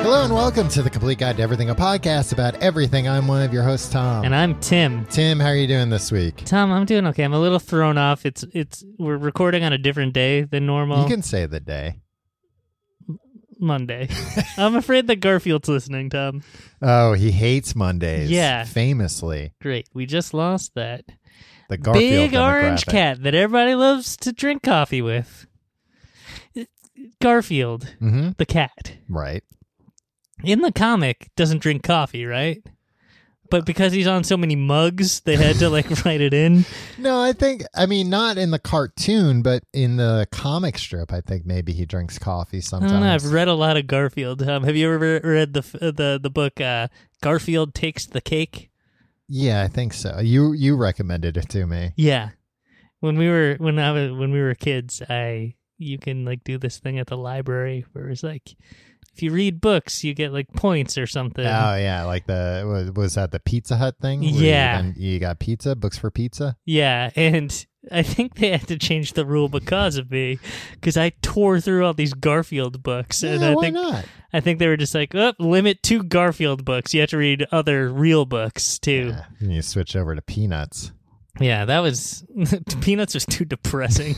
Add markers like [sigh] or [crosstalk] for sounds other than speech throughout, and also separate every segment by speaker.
Speaker 1: Hello and welcome to the Complete Guide to Everything, a podcast about everything. I'm one of your hosts, Tom.
Speaker 2: And I'm Tim.
Speaker 1: Tim, how are you doing this week?
Speaker 2: Tom, I'm doing okay. I'm a little thrown off. It's it's we're recording on a different day than normal.
Speaker 1: You can say the day. [laughs]
Speaker 2: Monday. I'm afraid that Garfield's listening, Tom.
Speaker 1: Oh, he hates Mondays.
Speaker 2: Yeah.
Speaker 1: Famously.
Speaker 2: Great. We just lost that
Speaker 1: The Garfield
Speaker 2: big orange
Speaker 1: demographic.
Speaker 2: cat that everybody loves to drink coffee with. Garfield,
Speaker 1: Mhm.
Speaker 2: the cat.
Speaker 1: Right.
Speaker 2: In the comic doesn't drink coffee, right?
Speaker 1: Uh,
Speaker 2: But because he's on so many mugs, they had to like [laughs] write it in.
Speaker 1: No, I think, I mean, not in the cartoon, but in the comic strip, I think maybe he drinks coffee
Speaker 2: I don't know.
Speaker 1: sometimes.
Speaker 2: I've read a lot of Garfield. Um, have you ever read the f- uh, the the book uh, Garfield Takes the Cake?
Speaker 1: yeah, I think so. You you recommended it to me.
Speaker 2: Yeah. When we were when I was when we were kids, I you can like do this thing at the library where it's like if you read books, you get like points or something.
Speaker 1: Oh yeah, like the was, was that the Pizza Hut thing? Where
Speaker 2: Yeah.
Speaker 1: you, then- you got pizza, books for pizza.
Speaker 2: Yeah, and I think they had to change the rule because of me because I tore through all these Garfield books and
Speaker 1: yeah,
Speaker 2: I
Speaker 1: why
Speaker 2: think
Speaker 1: not?
Speaker 2: I think they were just like, "Oh, limit to Garfield books. You have to read other real books too."
Speaker 1: Yeah. And you switch over to peanuts.
Speaker 2: Yeah, that was [laughs] Peanuts was too depressing.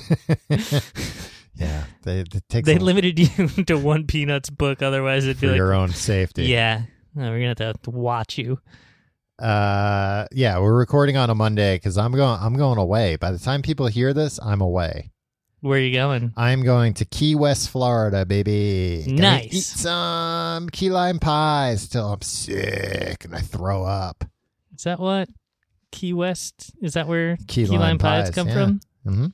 Speaker 1: Yeah, they, it takes
Speaker 2: [laughs] they
Speaker 1: a-
Speaker 2: limited you to one Peanuts book, otherwise it'd
Speaker 1: for
Speaker 2: be like, [laughs]
Speaker 1: your own safety.
Speaker 2: yeah, no, we're gonna have to watch you.
Speaker 1: Uh, yeah, we're recording on a Monday because I'm going. I'm going away. By the time people hear this, I'm away.
Speaker 2: Where are you going?
Speaker 1: I'm going to Key West, Florida, baby. Gonna
Speaker 2: Nice.
Speaker 1: Eat some key lime pies till I'm sick and I throw up.
Speaker 2: Is that what Key West? Is that where
Speaker 1: Key
Speaker 2: Key,
Speaker 1: lime
Speaker 2: lime, pies,
Speaker 1: pies,
Speaker 2: come
Speaker 1: yeah.
Speaker 2: from? [laughs]
Speaker 1: Mm-hmm.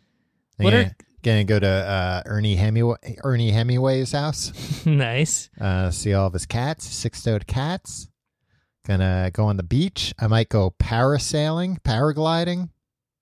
Speaker 2: What
Speaker 1: gonna,
Speaker 2: are-
Speaker 1: gonna go to uh, Ernie Hemingway, Ernie Hemingway's house?
Speaker 2: nice.
Speaker 1: Uh, see all of his cats, six-toed cats. Gonna go on the beach. I might go parasailing, paragliding.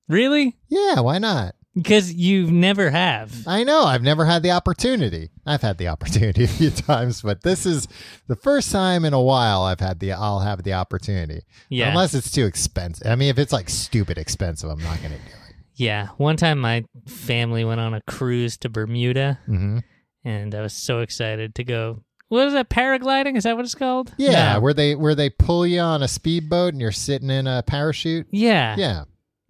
Speaker 2: Really?
Speaker 1: Yeah, why not?
Speaker 2: Because you never have.
Speaker 1: I know. I've never had the opportunity. I've had the opportunity [laughs] a few times, but this is the first time in a while I've had the I'll have the opportunity.
Speaker 2: Yeah.
Speaker 1: Unless it's too expensive. I mean, if it's like stupid expensive, I'm not going to do it.
Speaker 2: yeah. One time my family went on a cruise to Bermuda,
Speaker 1: hmm
Speaker 2: and I was so excited to go. What is that? Paragliding? Is that what it's called?
Speaker 1: Yeah,
Speaker 2: No.
Speaker 1: where they where they pull you on a speedboat and you're sitting in a parachute.
Speaker 2: Yeah.
Speaker 1: Yeah.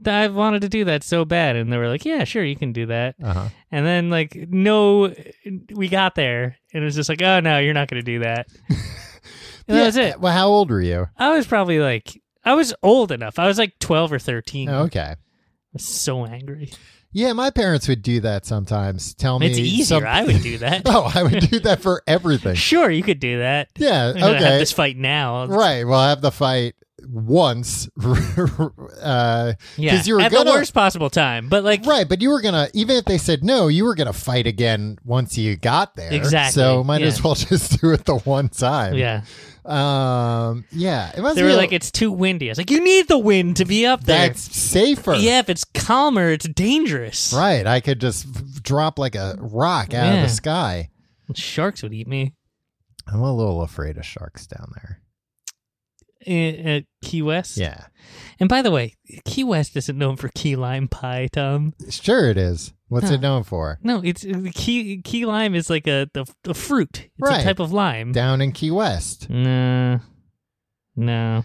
Speaker 2: I wanted to do that so bad, and they were like, "Yeah, sure, you can do that."
Speaker 1: Uh huh.
Speaker 2: And then like, no, we got there, and it was just like, "Oh no, you're not going to
Speaker 1: [laughs]
Speaker 2: do that." and that was it.
Speaker 1: Well, how old were you?
Speaker 2: I was probably like, I was old enough. I was like twelve or thirteen.
Speaker 1: Oh,
Speaker 2: I
Speaker 1: okay.
Speaker 2: was so angry.
Speaker 1: Yeah, my parents would do that sometimes. Tell me
Speaker 2: It's easier.
Speaker 1: some-
Speaker 2: I
Speaker 1: [laughs]
Speaker 2: would do that.
Speaker 1: oh, I would do that for
Speaker 2: [laughs]
Speaker 1: everything.
Speaker 2: Sure, you could do that.
Speaker 1: Yeah.
Speaker 2: I'm gonna have
Speaker 1: Okay.
Speaker 2: this fight now.
Speaker 1: Right. Well, I have the fight once. [laughs] uh,
Speaker 2: Yeah,
Speaker 1: you were
Speaker 2: at
Speaker 1: gonna-
Speaker 2: the worst possible time. But like,
Speaker 1: right, but you were gonna even if they said no, you were gonna fight again once you got there.
Speaker 2: Exactly,
Speaker 1: So might
Speaker 2: yeah.
Speaker 1: as well [laughs] just do it the one time.
Speaker 2: yeah,
Speaker 1: Um. Yeah. It must
Speaker 2: they
Speaker 1: be
Speaker 2: were
Speaker 1: a-
Speaker 2: like, "It's too windy." I was like, "You need the wind to be up there."
Speaker 1: that's safer.
Speaker 2: Yeah, if it's calmer, it's dangerous.
Speaker 1: Right. I could just f- drop like a rock out of
Speaker 2: Yeah.
Speaker 1: the sky.
Speaker 2: Sharks would eat me.
Speaker 1: I'm a little afraid of sharks down there.
Speaker 2: in- eh, at Key West.
Speaker 1: Yeah.
Speaker 2: And by the way, Key West isn't known for key lime pie, Tom.
Speaker 1: Sure, it is. What's
Speaker 2: Huh.
Speaker 1: it known for?
Speaker 2: No, it's uh, key key lime is like a the, the fruit. It's
Speaker 1: Right.
Speaker 2: a type of lime.
Speaker 1: Down in Key West,
Speaker 2: no. No.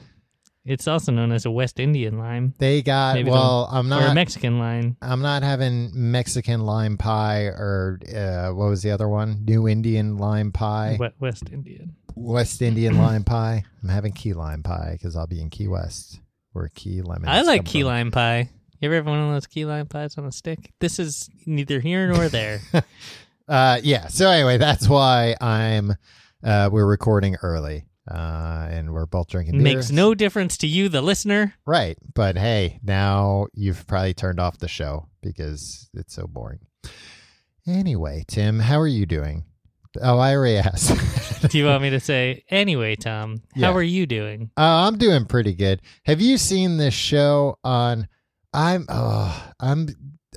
Speaker 2: It's also known as a West Indian lime
Speaker 1: they got.
Speaker 2: Maybe
Speaker 1: well, I'm
Speaker 2: or a
Speaker 1: not.
Speaker 2: Mexican lime.
Speaker 1: I'm not having Mexican lime pie or uh, what was the other one? New Indian lime pie,
Speaker 2: We- West Indian.
Speaker 1: West Indian lime pie. I'm having key lime pie because I'll be in Key West where key lemon.
Speaker 2: I like key
Speaker 1: [laughs]
Speaker 2: lime pie. You ever have one of those key lime pies on a stick? This is neither here nor there.
Speaker 1: Uh, yeah. So anyway, that's why I'm. Uh, we're recording early, uh, and we're both drinking. Beer.
Speaker 2: Makes no difference to you, the listener.
Speaker 1: right, but hey, now you've probably turned off the show because it's so boring. Anyway, Tim, how are you doing? Oh, I already [laughs] asked. [laughs]
Speaker 2: Do you want me to say anyway, Tom? How
Speaker 1: Yeah.
Speaker 2: are you doing?
Speaker 1: Uh, I'm doing pretty good. Have you seen this show on? I'm oh, I'm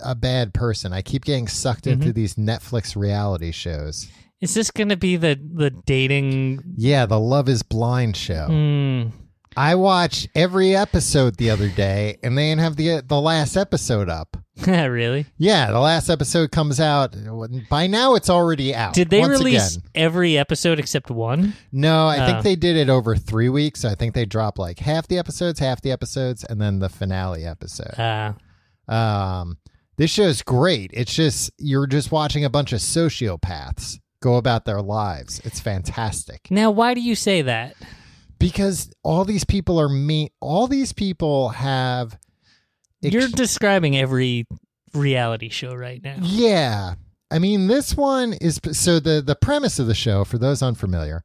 Speaker 1: a bad person. I keep getting sucked into these Netflix reality shows.
Speaker 2: Is this going to be the the dating?
Speaker 1: Yeah, the Love Is Blind show.
Speaker 2: Hmm. [laughs]
Speaker 1: I watched every episode the other day, and they didn't have the the last episode up.
Speaker 2: really?
Speaker 1: Yeah, the last episode comes out. By now, it's already out.
Speaker 2: Did they
Speaker 1: Once
Speaker 2: release
Speaker 1: again.
Speaker 2: every episode except one?
Speaker 1: No, I
Speaker 2: Oh.
Speaker 1: think they did it over three weeks. So I think they dropped like half the episodes, half the episodes, and then the finale episode.
Speaker 2: Uh,
Speaker 1: Um, this show's great. It's just you're just watching a bunch of sociopaths go about their lives. It's fantastic
Speaker 2: now, why do you say that?
Speaker 1: because all these people are mean. All these people have. ex-
Speaker 2: You're describing every reality show right now.
Speaker 1: yeah. I mean, this one is so the the premise of the show for those unfamiliar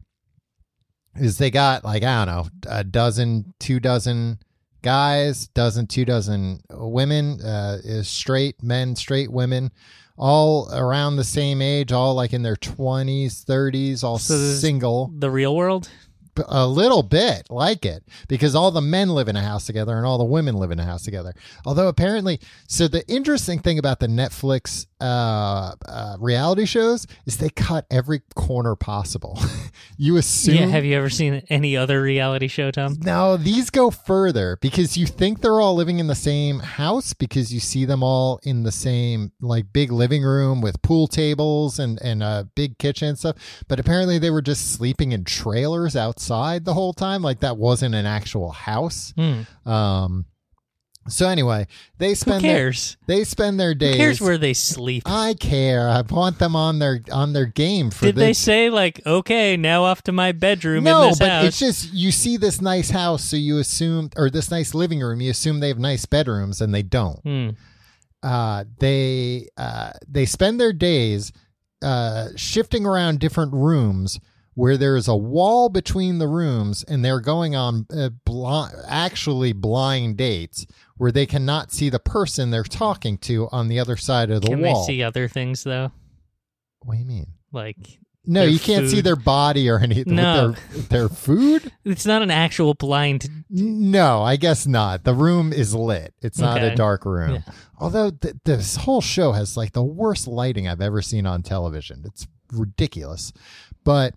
Speaker 1: is they got like I don't know a dozen, two dozen guys, dozen, two dozen women, uh, is straight men, straight women, all around the same age, all like in their twenties, thirties, all
Speaker 2: So this-
Speaker 1: single,
Speaker 2: The real world?
Speaker 1: b- a little bit like it because all the men live in a house together and all the women live in a house together. Although apparently, so the interesting thing about the Netflix uh, uh, reality shows is they cut every corner possible. [laughs] you assume
Speaker 2: Yeah. Have you ever seen any other reality show, Tom?
Speaker 1: now these go further because you think they're all living in the same house because you see them all in the same like big living room with pool tables and and a big kitchen and stuff. But apparently they were just sleeping in trailers outside the whole time. Like that wasn't an actual house.
Speaker 2: Hmm.
Speaker 1: Um. So anyway, they
Speaker 2: Who
Speaker 1: spend their,
Speaker 2: cares?
Speaker 1: they spend their days.
Speaker 2: Who cares where they sleep?
Speaker 1: I care. I want them on their on their game for
Speaker 2: Did
Speaker 1: this
Speaker 2: they say like, okay, now off to my bedroom in this
Speaker 1: but
Speaker 2: house?
Speaker 1: it's just you see this nice house, so you assume, or this nice living room, you assume they have nice bedrooms, and they don't.
Speaker 2: Hmm.
Speaker 1: Uh, they uh, they spend their days uh, shifting around different rooms where there is a wall between the rooms, and they're going on uh, bli- actually blind dates where they cannot see the person they're talking to on the other side of the
Speaker 2: Can
Speaker 1: wall.
Speaker 2: they see other things though?
Speaker 1: What do you mean?
Speaker 2: Like,
Speaker 1: No,
Speaker 2: Their
Speaker 1: you can't see
Speaker 2: food.
Speaker 1: their body or anything.
Speaker 2: No.
Speaker 1: Their, their food?
Speaker 2: it's not an actual blind.
Speaker 1: No, I guess not. The room is lit. It's not
Speaker 2: Okay.
Speaker 1: a dark room.
Speaker 2: Yeah.
Speaker 1: Although th- this whole show has like the worst lighting I've ever seen on television. It's ridiculous. But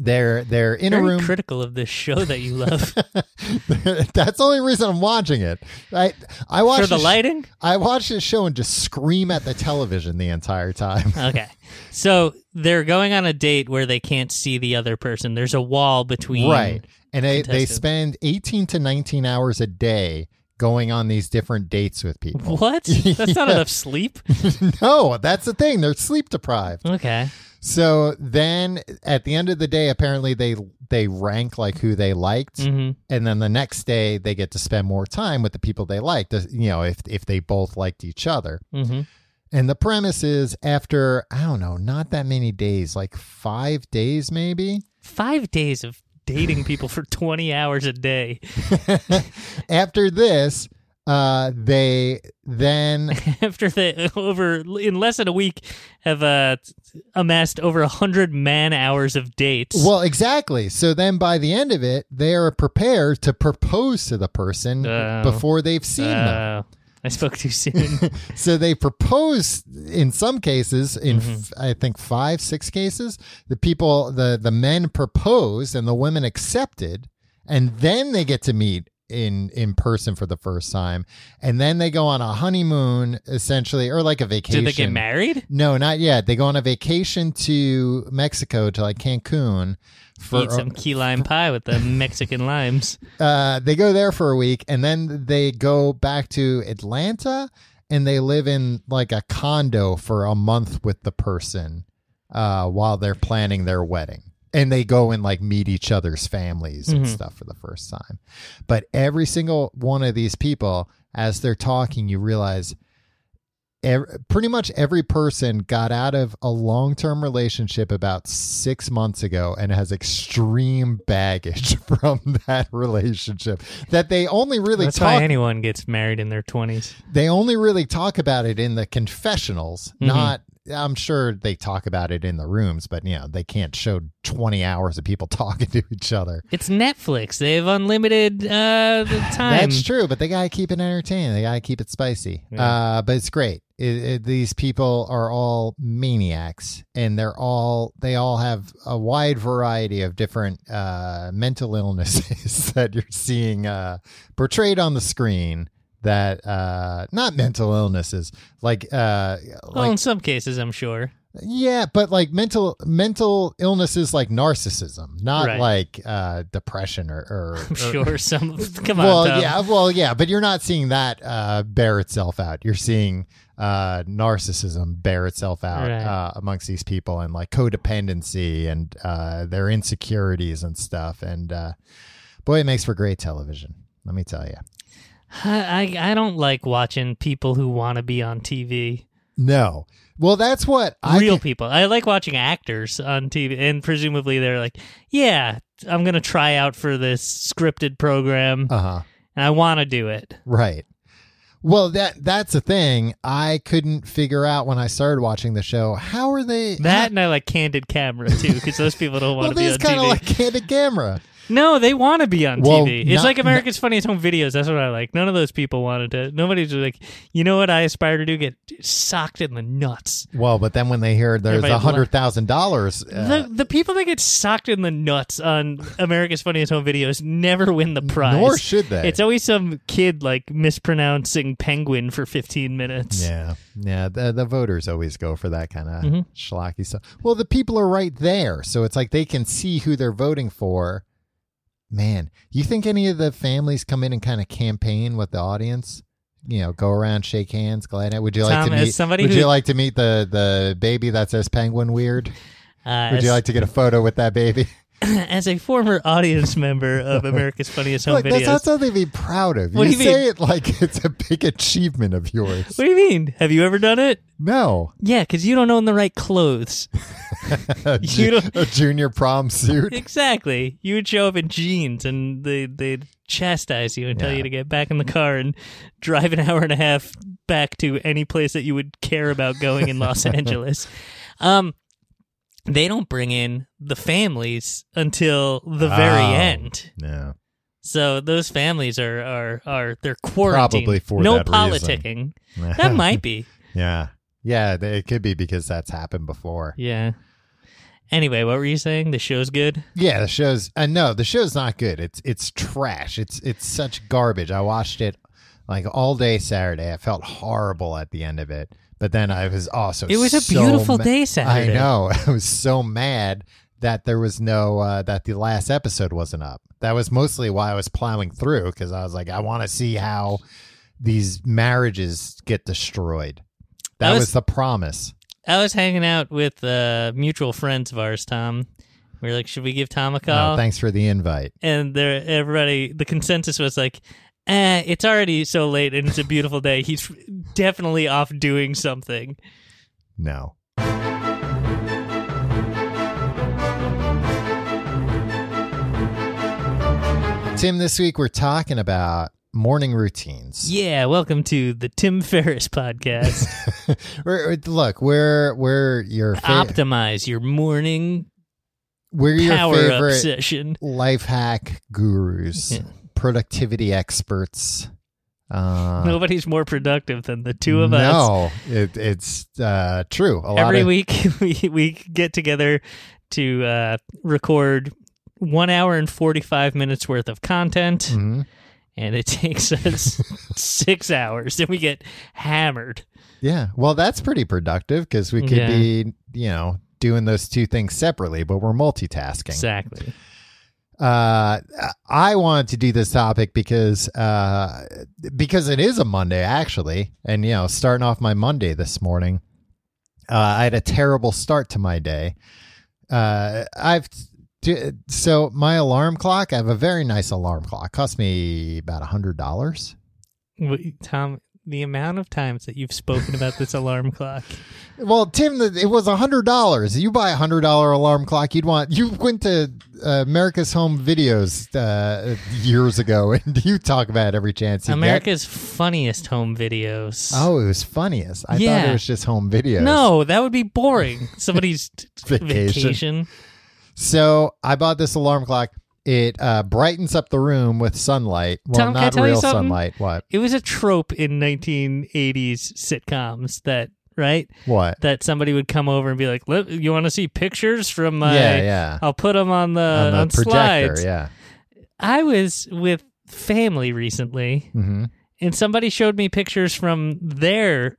Speaker 1: they're they're in
Speaker 2: Very
Speaker 1: a room.
Speaker 2: critical of this show that you love
Speaker 1: [laughs] That's the only reason I'm watching it. I I watch
Speaker 2: for the
Speaker 1: this-
Speaker 2: lighting.
Speaker 1: I watch this show and just scream at the television the entire
Speaker 2: [laughs]
Speaker 1: time.
Speaker 2: Okay, so they're going on a date where they can't see the other person. There's a wall
Speaker 1: [laughs]
Speaker 2: between.
Speaker 1: Right. And they, they
Speaker 2: contestant.
Speaker 1: spend 18 to 19 hours a day going on these different dates with people.
Speaker 2: What? That's not enough sleep.
Speaker 1: [laughs] no, that's the thing. They're sleep deprived.
Speaker 2: Okay.
Speaker 1: So then at the end of the day, apparently they they rank like who they liked.
Speaker 2: hmm
Speaker 1: And then the next day they get to spend more time with the people they liked, uh, you know, if if they both liked each other.
Speaker 2: hmm
Speaker 1: And the premise is after, I don't know, not that many days, like five days
Speaker 2: [laughs]
Speaker 1: maybe.
Speaker 2: Five days of dating people for 20 hours a day. [laughs]
Speaker 1: after this, uh they
Speaker 2: [laughs]
Speaker 1: then
Speaker 2: After they over in less than a week have uh, amassed over 100 man hours of dates.
Speaker 1: Well, exactly. So then by the end of it, they are prepared to propose to the person
Speaker 2: Oh.
Speaker 1: before they've seen them.
Speaker 2: Uh, I spoke
Speaker 1: [laughs]
Speaker 2: too soon.
Speaker 1: So they propose in some cases, in
Speaker 2: Mm-hmm.
Speaker 1: f- I think five, six cases, the people, the, the men proposed and the women accepted. And then they get to meet in, in person for the first time. And then they go on a honeymoon, essentially, or like a vacation.
Speaker 2: Did they get married?
Speaker 1: No, not yet. They go on a vacation to Mexico to like Cancun for
Speaker 2: Eat some key lime pie with
Speaker 1: [laughs]
Speaker 2: the Mexican limes.
Speaker 1: uh, they go there for a week and then they go back to Atlanta and they live in like a condo for a month with the person uh, while they're planning their wedding. And they go and like meet each other's families
Speaker 2: Mm-hmm.
Speaker 1: and stuff for the first time. But every single one of these people, as they're talking, you realize ev- pretty much every person got out of a long-term relationship about 6 months ago and has extreme baggage [laughs] from that relationship that they only really
Speaker 2: That's
Speaker 1: talk
Speaker 2: why anyone gets married in their twenties.
Speaker 1: they only really talk about it in the confessionals not i'm sure they talk about it in the rooms but you know they can't show 20 hours of people [laughs] talking to each other
Speaker 2: It's Netflix. They have unlimited uh, the time.
Speaker 1: that's true but they gotta keep it entertaining they gotta keep it spicy uh, but it's great it, it, these people are all maniacs and they're all they all have a wide variety of different uh, mental [laughs] illnesses that you're seeing uh, portrayed on the screen that uh not mental illnesses like uh
Speaker 2: well,
Speaker 1: like
Speaker 2: in some cases, I'm sure.
Speaker 1: Yeah, but like mental mental illnesses like narcissism, not
Speaker 2: Right.
Speaker 1: like uh depression or, or
Speaker 2: [laughs] I'm sure some.
Speaker 1: [laughs]
Speaker 2: Come on,
Speaker 1: Uh, Well,
Speaker 2: Tom.
Speaker 1: yeah, well, yeah, but you're not seeing that uh bear itself out. You're seeing uh narcissism bear itself out
Speaker 2: Right.
Speaker 1: uh amongst these people and like codependency and uh their insecurities and stuff and uh boy, it makes for great television. Let me tell you.
Speaker 2: I, I I don't like watching people who want to be on TV.
Speaker 1: No. Well, that's what I
Speaker 2: Real
Speaker 1: can-
Speaker 2: people. I like watching actors on TV, and presumably they're like, "Yeah, I'm gonna try out for this scripted program,
Speaker 1: Uh-huh.
Speaker 2: and I want to do it."
Speaker 1: Right. Well, that that's the thing. I couldn't figure out when I started watching the show. How are they?
Speaker 2: That
Speaker 1: how-
Speaker 2: and I like candid camera too, because those people
Speaker 1: [laughs]
Speaker 2: don't
Speaker 1: well,
Speaker 2: want to
Speaker 1: this
Speaker 2: be on
Speaker 1: kind of
Speaker 2: TV.
Speaker 1: like candid camera.
Speaker 2: No, they want to be on
Speaker 1: Well,
Speaker 2: TV. It's
Speaker 1: not-
Speaker 2: like America's Funniest Home Videos. That's what I like. None of those people wanted to. Nobody's like, you know what I aspire to do? Get socked in the nuts.
Speaker 1: Well, but then when they hear there's
Speaker 2: Everybody
Speaker 1: a hundred thousand dollars, uh,
Speaker 2: the the people that get socked in the nuts on America's Funniest Home Videos never win the prize.
Speaker 1: nor should they.
Speaker 2: It's always some kid like mispronouncing penguin for 15 minutes.
Speaker 1: yeah, yeah. The, the voters always go for that kind of
Speaker 2: Mhm.
Speaker 1: schlocky stuff. Well, the people are right there, so it's like they can see who they're voting for. Man, you think any of the families come in and kind of campaign with the audience? You know, go around, shake hands, glad. Would you like
Speaker 2: Tom,
Speaker 1: to
Speaker 2: as
Speaker 1: meet?
Speaker 2: somebody
Speaker 1: would
Speaker 2: who-
Speaker 1: you like to meet the the baby that says penguin weird?
Speaker 2: Uh,
Speaker 1: Would
Speaker 2: as,
Speaker 1: you like to get a photo with that baby?
Speaker 2: [clears throat] [laughs] as a former audience
Speaker 1: [laughs]
Speaker 2: member of America's Funniest Home
Speaker 1: Look,
Speaker 2: Videos,
Speaker 1: that's not something to be proud of.
Speaker 2: What
Speaker 1: you
Speaker 2: do you
Speaker 1: say
Speaker 2: mean?
Speaker 1: it like [laughs] it's a big achievement of yours.
Speaker 2: what do you mean? Have you ever done it? [laughs]
Speaker 1: No,
Speaker 2: Yeah, because you don't own the right clothes.
Speaker 1: a, ju-
Speaker 2: don't-
Speaker 1: a junior prom
Speaker 2: [laughs]
Speaker 1: suit.
Speaker 2: exactly. You would show up in jeans, and they they'd chastise you and tell
Speaker 1: Yeah.
Speaker 2: you to get back in the car and drive an hour and a half back to any place that you would care about going
Speaker 1: [laughs]
Speaker 2: in Los Angeles. Um, they don't bring in the families until the very
Speaker 1: Oh.
Speaker 2: end.
Speaker 1: No,
Speaker 2: So those families are are are they're quarantined.
Speaker 1: Probably for
Speaker 2: no
Speaker 1: that reason.
Speaker 2: politicking. That
Speaker 1: [laughs]
Speaker 2: might be.
Speaker 1: Yeah, yeah, th- it could be because that's happened before.
Speaker 2: Yeah. Anyway, what were you saying? The show's good.
Speaker 1: Yeah, the show's uh, no, the show's not good. It's it's trash. It's it's such garbage. I watched it like all day Saturday. I felt horrible at the end of it, but then I was also
Speaker 2: It was a
Speaker 1: so
Speaker 2: beautiful
Speaker 1: ma-
Speaker 2: day Saturday.
Speaker 1: I know. [laughs] I was so mad that there was no uh, that the last episode wasn't up. That was mostly why I was plowing through because I was like, I want to see how these marriages get destroyed. That
Speaker 2: I
Speaker 1: was,
Speaker 2: was-
Speaker 1: the promise.
Speaker 2: I was hanging out with uh, mutual friends of ours, Tom. We were like, should we give Tom a
Speaker 1: Uh,
Speaker 2: call?
Speaker 1: thanks for the invite.
Speaker 2: and there, everybody, the consensus was like, eh, it's already so late and it's a beautiful day. He's definitely off doing something.
Speaker 1: No. Tim, this week we're talking about morning routines.
Speaker 2: Yeah, welcome to the Tim Ferriss podcast.
Speaker 1: [laughs] We're- we're- look, we're we're your fa-
Speaker 2: Optimize your morning
Speaker 1: we're your
Speaker 2: power
Speaker 1: favorite
Speaker 2: up session.
Speaker 1: life hack gurus,
Speaker 2: Yeah.
Speaker 1: productivity experts. Uh,
Speaker 2: Nobody's more productive than the two of us.
Speaker 1: No, it, it's uh, true. A lot
Speaker 2: every
Speaker 1: of,
Speaker 2: week [laughs] we, we get together to uh, record one hour and 45 minutes worth of content
Speaker 1: Mhm.
Speaker 2: and it [laughs] takes us six hours then we get hammered
Speaker 1: Yeah. Well, that's pretty productive because we could
Speaker 2: Yeah.
Speaker 1: be, you know, doing those two things separately, but we're multitasking.
Speaker 2: exactly
Speaker 1: uh, I wanted to do this topic because uh, because it is a Monday actually, and you know, starting off my Monday this morning, uh, I had a terrible start to my day. Uh, I've t- so my alarm clock. I have a very nice alarm clock. Cost me about a hundred dollars.
Speaker 2: Wait, tom the amount of times that you've spoken
Speaker 1: [laughs]
Speaker 2: about this alarm clock.
Speaker 1: Well, Tim, the- it was a hundred dollars. You buy a hundred dollar alarm clock, you'd want. You went to uh, America's Home Videos uh, years ago, [laughs] and you talk about it every chance you get.
Speaker 2: America's funniest home videos.
Speaker 1: Oh, it was funniest. I thought
Speaker 2: Yeah.
Speaker 1: it was just home videos.
Speaker 2: No, that would be boring. Somebody's t-
Speaker 1: [laughs] Vacation.
Speaker 2: vacation.
Speaker 1: So I bought this alarm clock. It uh, brightens up the room with sunlight. Well,
Speaker 2: Tom, can I
Speaker 1: not
Speaker 2: tell you
Speaker 1: real
Speaker 2: something?
Speaker 1: sunlight. What?
Speaker 2: It was a trope in 1980s sitcoms that, right?
Speaker 1: What?
Speaker 2: That somebody would come over and be like, "Look, "You want to see pictures from my?
Speaker 1: Yeah, yeah.
Speaker 2: I'll put them on the
Speaker 1: On
Speaker 2: uh, on,
Speaker 1: the projector.
Speaker 2: slides."
Speaker 1: Yeah.
Speaker 2: I was with family recently,
Speaker 1: hmm
Speaker 2: and somebody showed me pictures from their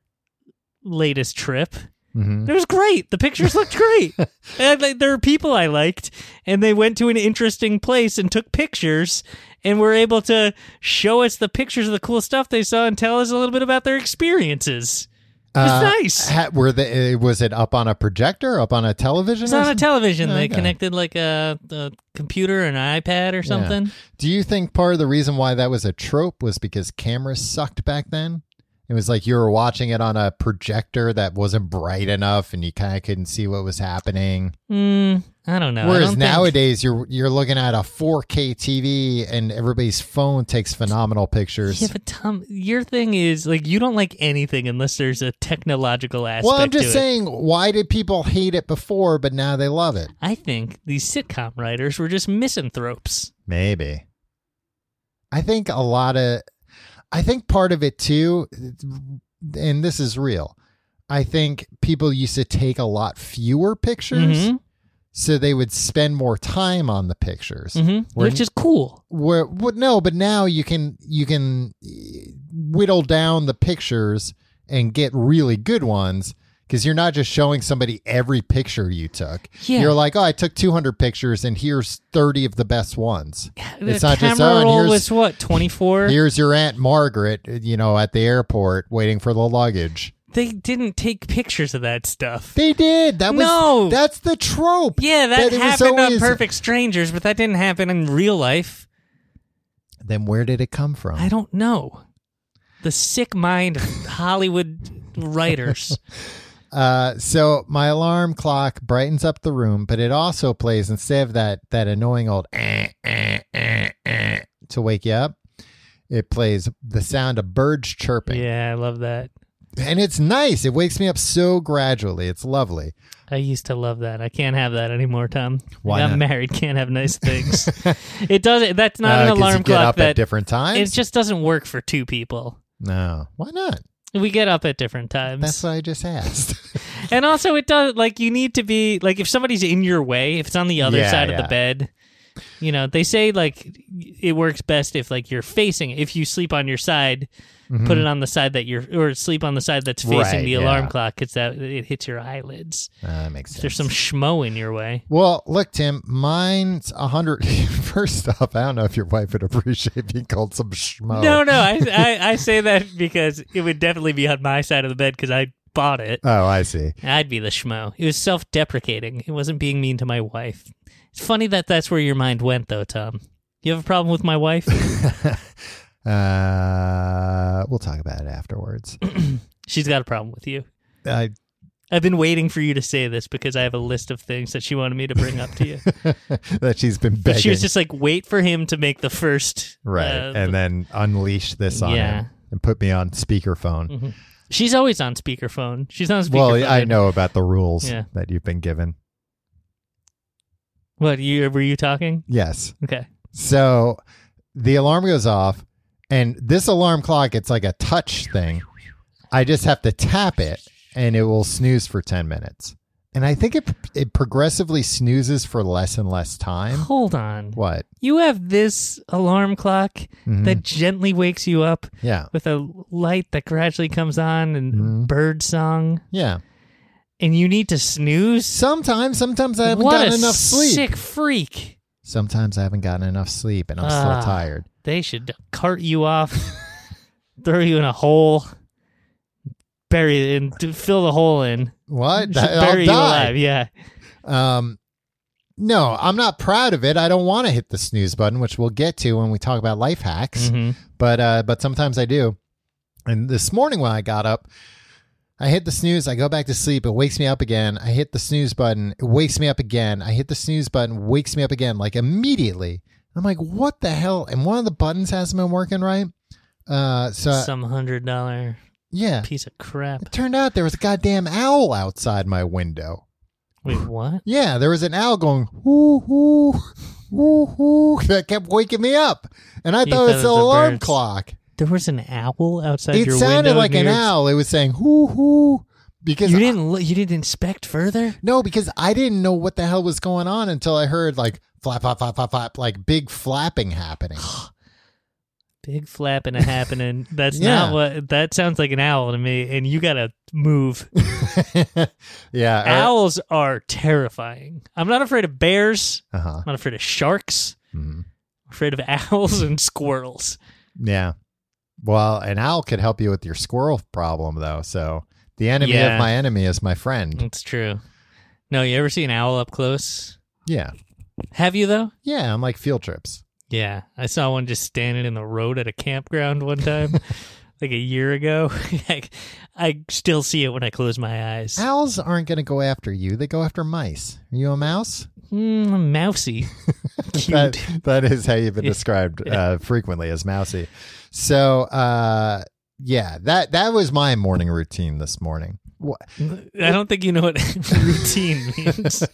Speaker 2: latest trip.
Speaker 1: hmm
Speaker 2: It was great. The pictures looked
Speaker 1: [laughs]
Speaker 2: great. and like, there were people I liked, and they went to an interesting place and took pictures, and were able to show us the pictures of the cool stuff they saw and tell us a little bit about their experiences. It
Speaker 1: Uh,
Speaker 2: was nice.
Speaker 1: Ha- were they? uh, Was it up on a projector? Up on a television?
Speaker 2: It's
Speaker 1: or
Speaker 2: not on a
Speaker 1: something?
Speaker 2: television.
Speaker 1: Yeah,
Speaker 2: they
Speaker 1: okay.
Speaker 2: connected like a, a computer and an iPad or something.
Speaker 1: Do you think part of the reason why that was a trope was because cameras sucked back then? It was like you were watching it on a projector that wasn't bright enough, and you kind of couldn't see what was happening.
Speaker 2: Mm, I don't know. I
Speaker 1: Whereas
Speaker 2: don't think-
Speaker 1: nowadays, you're you're looking at a 4K TV, and everybody's phone takes phenomenal pictures.
Speaker 2: Yeah, but Tom, your thing is like you don't like anything unless there's a technological aspect.
Speaker 1: well, I'm
Speaker 2: to
Speaker 1: just
Speaker 2: it.
Speaker 1: saying, why did people hate it before, but now they love it?
Speaker 2: I think these sitcom writers were just misanthropes.
Speaker 1: Maybe. I think a lot of, I think part of it too, and this is real. I think people used to take a lot fewer pictures,
Speaker 2: Mhm.
Speaker 1: so they would spend more time on the pictures.
Speaker 2: Mhm.
Speaker 1: We're-
Speaker 2: which is cool.
Speaker 1: Where, what? No, but now you can you can eh, whittle down the pictures and get really good ones because you're not just showing somebody every picture you took.
Speaker 2: Yeah.
Speaker 1: You're like, oh, I took 200 pictures, and here's 30 of the best ones.
Speaker 2: The
Speaker 1: It's not
Speaker 2: camera
Speaker 1: just, oh, and
Speaker 2: roll
Speaker 1: here's-
Speaker 2: was what twenty four.
Speaker 1: Here's your Aunt Margaret, eh, you know, at the airport waiting for the luggage.
Speaker 2: They didn't take pictures of that stuff.
Speaker 1: They did. That was
Speaker 2: No.
Speaker 1: That's the trope.
Speaker 2: yeah, that,
Speaker 1: it was
Speaker 2: happened on
Speaker 1: always-
Speaker 2: Perfect Strangers, but that didn't happen in real life.
Speaker 1: Then where did it come from?
Speaker 2: I don't know. The sick mind of Hollywood
Speaker 1: [laughs]
Speaker 2: writers.
Speaker 1: Uh, so my alarm clock brightens up the room, but it also plays instead of that that annoying old eh, eh, eh, eh, to wake you up. It plays the sound of birds chirping,
Speaker 2: yeah, I love that.
Speaker 1: and it's nice. It wakes me up so gradually. It's lovely.
Speaker 2: I used to love that. I can't have that anymore, Tom.
Speaker 1: Why
Speaker 2: I got
Speaker 1: not?
Speaker 2: married. Can't
Speaker 1: [laughs]
Speaker 2: have nice things. it doesn't. That's not
Speaker 1: Uh,
Speaker 2: an
Speaker 1: 'cause
Speaker 2: alarm
Speaker 1: you get
Speaker 2: clock.
Speaker 1: up
Speaker 2: that
Speaker 1: at different times.
Speaker 2: it just doesn't work for two people.
Speaker 1: no. Why not?
Speaker 2: We get up at different times.
Speaker 1: That's what I just asked. [laughs]
Speaker 2: and also, it does like you need to be like if somebody's in your way, if it's on the other
Speaker 1: Yeah,
Speaker 2: side
Speaker 1: yeah.
Speaker 2: of the bed. You know, they say like it works best if like you're facing. If you sleep on your side, put it on the side that you're, or sleep on the side that's facing
Speaker 1: Mm-hmm. Right,
Speaker 2: the alarm
Speaker 1: yeah.
Speaker 2: clock because that it hits your eyelids.
Speaker 1: Uh, makes sense.
Speaker 2: If there's some schmo in your way.
Speaker 1: Well, look, Tim, mine's a hundred. [laughs] First off, I don't know if your wife would appreciate being called some schmo.
Speaker 2: No, no, I,
Speaker 1: [laughs]
Speaker 2: I I say that because it would definitely be on my side of the bed because I bought it.
Speaker 1: Oh, I see.
Speaker 2: I'd be the schmo. It was self-deprecating. It wasn't being mean to my wife. It's funny that that's where your mind went, though, Tom. You have a problem with
Speaker 1: [laughs]
Speaker 2: my wife?
Speaker 1: Uh, we'll talk about it
Speaker 2: [clears throat]
Speaker 1: afterwards.
Speaker 2: She's got a problem with you.
Speaker 1: I,
Speaker 2: I've been waiting for you to say this because I have a list of things that she wanted me to bring up
Speaker 1: [laughs]
Speaker 2: to you.
Speaker 1: [laughs] that she's been
Speaker 2: But
Speaker 1: begging,
Speaker 2: she was just like, wait for him to make the first.
Speaker 1: right,
Speaker 2: uh,
Speaker 1: and then unleash this on
Speaker 2: Yeah.
Speaker 1: him and put me on speakerphone.
Speaker 2: she's always on speakerphone. She's on speakerphone.
Speaker 1: Well, I know about the rules
Speaker 2: Yeah.
Speaker 1: that you've been given.
Speaker 2: What you were you talking?
Speaker 1: Yes.
Speaker 2: Okay.
Speaker 1: So the alarm goes off, and this alarm clock, it's like a touch thing. I just have to tap it, and it will snooze for 10 minutes. And I think it, it progressively snoozes for less and less
Speaker 2: [laughs]
Speaker 1: time.
Speaker 2: Hold on.
Speaker 1: What? Mm-hmm.
Speaker 2: You have this alarm clock that gently wakes you up
Speaker 1: Yeah.
Speaker 2: with a light that gradually comes on and
Speaker 1: Mm-hmm.
Speaker 2: bird song,
Speaker 1: Yeah.
Speaker 2: and you need to snooze.
Speaker 1: Sometimes, sometimes I haven't
Speaker 2: what
Speaker 1: gotten
Speaker 2: a
Speaker 1: enough sleep.
Speaker 2: sick freak!
Speaker 1: Sometimes I haven't gotten enough sleep, and I'm
Speaker 2: Ah.
Speaker 1: still tired.
Speaker 2: They should cart you off, [laughs] throw you in a hole, bury it, and fill the hole in.
Speaker 1: What?
Speaker 2: Should
Speaker 1: I'll
Speaker 2: bury you
Speaker 1: die.
Speaker 2: alive. Yeah,
Speaker 1: Um, no, I'm not proud of it. I don't want to hit the Mm-hmm.
Speaker 2: [laughs]
Speaker 1: snooze button, which we'll get to when we talk about life hacks.
Speaker 2: Mhm.
Speaker 1: But uh, but sometimes I do. And this morning when I got up, I hit the snooze, I go back to sleep, it wakes me up again. I hit the snooze button, it wakes me up again. I hit the snooze button, wakes me up again, like immediately. I'm like, what the hell? And one of the buttons hasn't been working right. Uh, so
Speaker 2: Some hundred dollar
Speaker 1: yeah,
Speaker 2: piece of crap.
Speaker 1: it turned out there was a goddamn owl outside my window.
Speaker 2: Wait, what?
Speaker 1: Yeah, there was an owl going hoo hoo hoo hoo [laughs] that kept waking me up, and I
Speaker 2: You
Speaker 1: thought it was
Speaker 2: thought it
Speaker 1: an
Speaker 2: was the
Speaker 1: alarm
Speaker 2: birds.
Speaker 1: clock.
Speaker 2: There was an owl outside
Speaker 1: It
Speaker 2: your
Speaker 1: sounded
Speaker 2: window.
Speaker 1: like
Speaker 2: near
Speaker 1: an
Speaker 2: your-
Speaker 1: owl. It was saying hoo hoo because
Speaker 2: You
Speaker 1: I-
Speaker 2: didn't. Look, you didn't inspect further.
Speaker 1: no, because I didn't know what the hell was going on until I heard like flap flap flap flap flap like big flapping
Speaker 2: [sighs]
Speaker 1: happening. [laughs]
Speaker 2: Big flapping and happening. That's
Speaker 1: Yeah.
Speaker 2: not what. That sounds like an owl to me. And you gotta move.
Speaker 1: yeah,
Speaker 2: Owls are terrifying. I'm not afraid of bears.
Speaker 1: Uh huh.
Speaker 2: I'm not afraid of sharks.
Speaker 1: Mhm.
Speaker 2: I'm afraid of [laughs] owls and squirrels.
Speaker 1: Yeah. Well, an owl could help you with your squirrel problem though. So the enemy
Speaker 2: Yeah. Mm.
Speaker 1: of my enemy is my friend.
Speaker 2: That's true. No, you ever see an owl up close?
Speaker 1: Yeah.
Speaker 2: Have you though?
Speaker 1: Yeah, I'm like field trips.
Speaker 2: Yeah, I saw one just standing in the road at a campground one time, like a year ago. [laughs] I, I still see it when I close my eyes.
Speaker 1: Owls aren't going to go after you. They go after mice. Are you a mouse?
Speaker 2: Mm, mousy,
Speaker 1: That,
Speaker 2: cute.
Speaker 1: that is how you've been
Speaker 2: [laughs] Yeah.
Speaker 1: described uh, frequently as mousy. So, uh, yeah, that that was my morning routine this morning. Wha- [laughs]
Speaker 2: I don't think you know what [laughs] routine means.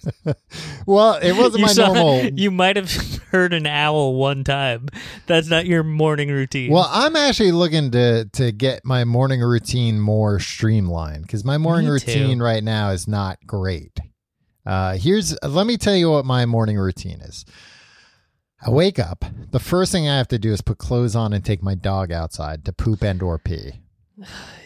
Speaker 1: Well,
Speaker 2: [laughs]
Speaker 1: it wasn't
Speaker 2: You
Speaker 1: my
Speaker 2: saw-
Speaker 1: normal.
Speaker 2: You might have heard an owl one time. That's not your morning routine.
Speaker 1: Well, I'm actually looking to to get my morning routine more streamlined because my morning
Speaker 2: Me too.
Speaker 1: routine right now is not great. Uh, here's let me tell you what my morning routine is. I wake up. The first thing I have to do is put clothes on and take my dog outside to poop and or pee.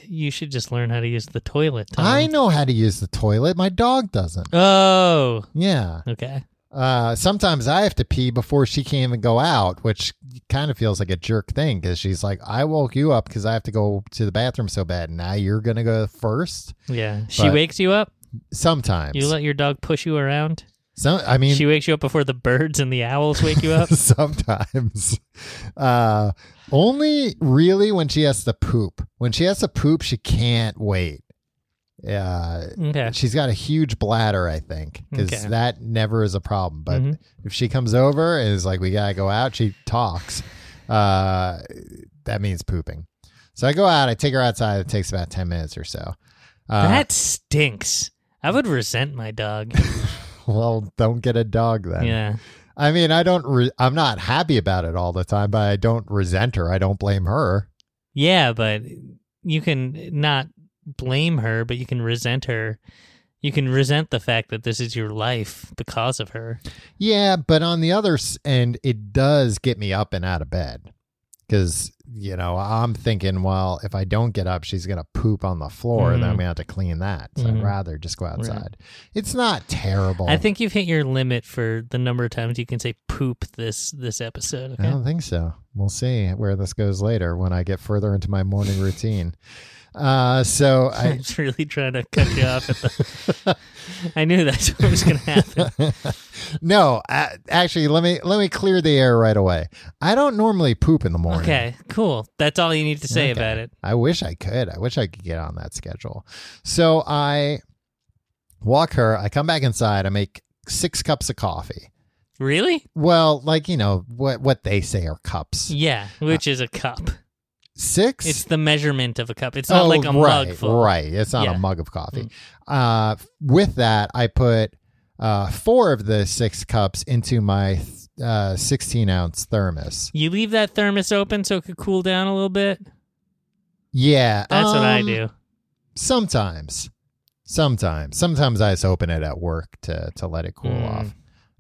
Speaker 2: you should just learn how to use the toilet. Tom.
Speaker 1: I know how to use the toilet. My dog doesn't.
Speaker 2: Oh,
Speaker 1: Yeah.
Speaker 2: okay.
Speaker 1: Uh, sometimes I have to pee before she can even go out, which kind of feels like a jerk thing because she's like, I woke you up because I have to go to the bathroom so bad. Now you're going to go first.
Speaker 2: Yeah, she
Speaker 1: But-
Speaker 2: wakes you up.
Speaker 1: Sometimes.
Speaker 2: You let your dog push you around.
Speaker 1: Some, I mean, [laughs]
Speaker 2: she wakes you up before the birds and the owls wake you up.
Speaker 1: sometimes. Uh, only really when she has to poop. When she has to poop, she can't wait. Yeah.
Speaker 2: Okay.
Speaker 1: She's got a huge bladder, I think, because
Speaker 2: Okay.
Speaker 1: that never is a problem. But
Speaker 2: Mhm.
Speaker 1: if she comes over and is like, "We gotta go out," she talks. Uh, that means pooping. So I go out. I take her outside. It takes about ten minutes or so. Uh,
Speaker 2: that stinks. I would resent my dog.
Speaker 1: [laughs] well, don't get a dog then.
Speaker 2: yeah.
Speaker 1: I mean, I don't. Re- I'm not happy about it all the time, but I don't resent her. I don't blame her.
Speaker 2: Yeah, but you can not blame her, but you can resent her. You can resent the fact that this is your life because of her.
Speaker 1: Yeah, but on the other s- end, it does get me up and out of bed because you know I'm thinking, well, if I don't get up, she's gonna poop on the floor, and then
Speaker 2: Mhm.
Speaker 1: I'm gonna have to clean that. So I'd
Speaker 2: Mhm.
Speaker 1: rather just go outside. It's not terrible.
Speaker 2: I think you've hit your limit for the number of times you can say poop this this episode.
Speaker 1: I
Speaker 2: Okay.
Speaker 1: don't think so. We'll see where this goes later when I get further into my morning routine. Uh, so
Speaker 2: [laughs] [laughs] I
Speaker 1: I. [laughs]
Speaker 2: was really trying to cut you off at the I knew that's
Speaker 1: [laughs]
Speaker 2: what was gonna happen.
Speaker 1: no, I, actually, let me let me clear the air right away. I don't normally poop in the morning.
Speaker 2: Okay, cool. That's all you need to say
Speaker 1: Okay.
Speaker 2: about it.
Speaker 1: I wish I could. I wish I could get on that schedule. So I walk her. I come back inside. I make six cups of coffee.
Speaker 2: Really?
Speaker 1: Well, like you know what what they say are cups.
Speaker 2: Yeah, which is a cup.
Speaker 1: Six.
Speaker 2: It's the measurement of a cup. It's not like a
Speaker 1: Oh, right,
Speaker 2: mug full.
Speaker 1: Right. It's not
Speaker 2: Yeah. Mm.
Speaker 1: a mug of coffee. Uh, with that, I put uh, four of the six cups into my uh, 16 ounce thermos.
Speaker 2: You leave that thermos open so it could cool down a little bit.
Speaker 1: Yeah,
Speaker 2: That's what I
Speaker 1: um,
Speaker 2: do.
Speaker 1: Sometimes. Sometimes. Sometimes I just open it at work to to let it cool
Speaker 2: Mm.